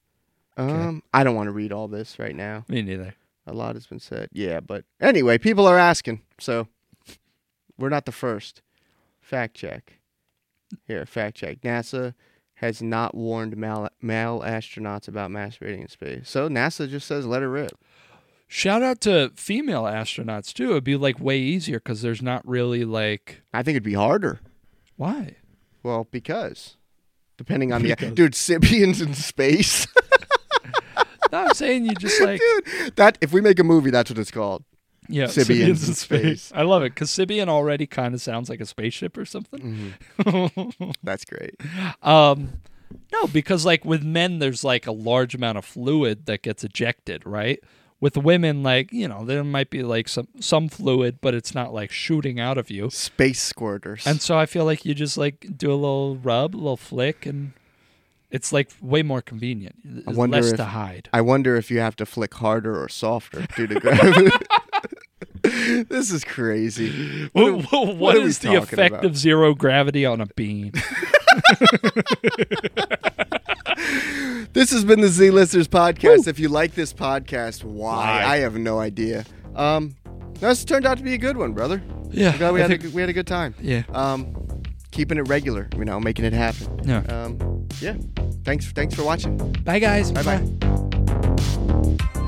B: um i don't want to read all this right now
C: Me neither.
B: a lot has been said yeah but anyway people are asking so we're not the first fact check here fact check nasa has not warned male, male astronauts about masturbating in space so nasa just says let it rip
C: Shout out to female astronauts too. It'd be like way easier because there's not really like
B: i think it'd be harder
C: why.
B: well because depending on the dude sibians in space
C: No, I'm saying you just like
B: dude that if we make a movie that's what it's called
C: yeah,
B: Sibians in space.
C: I love it because Sibian already kind of sounds like a spaceship or something.
B: that's great
C: Um, no, because like with men, there's like a large amount of fluid that gets ejected, right? With women, like you know, there might be like some some fluid, but it's not like shooting out of you.
B: space squirters.
C: And so I feel like you just like do a little rub, a little flick, and it's like way more convenient.
B: I
C: There's
B: wonder
C: less
B: if-
C: to hide.
B: I wonder if you have to flick harder or softer due to gravity. this is crazy.
C: What,
B: what
C: what
B: are we
C: is the
B: talking
C: effect
B: about?
C: of zero gravity on a bean?
B: This has been the Z Listers podcast. If you like this podcast, why? I have no idea. Um, no, this turned out to be a good one, brother.
C: yeah,
B: I'm glad we
C: I
B: had a,
C: think-
B: good- we had a good time.
C: Yeah.
B: Um, keeping it regular, you know, making it happen.
C: Yeah.
B: Um, yeah. Thanks. Thanks for watching.
C: Bye guys.
B: Bye bye.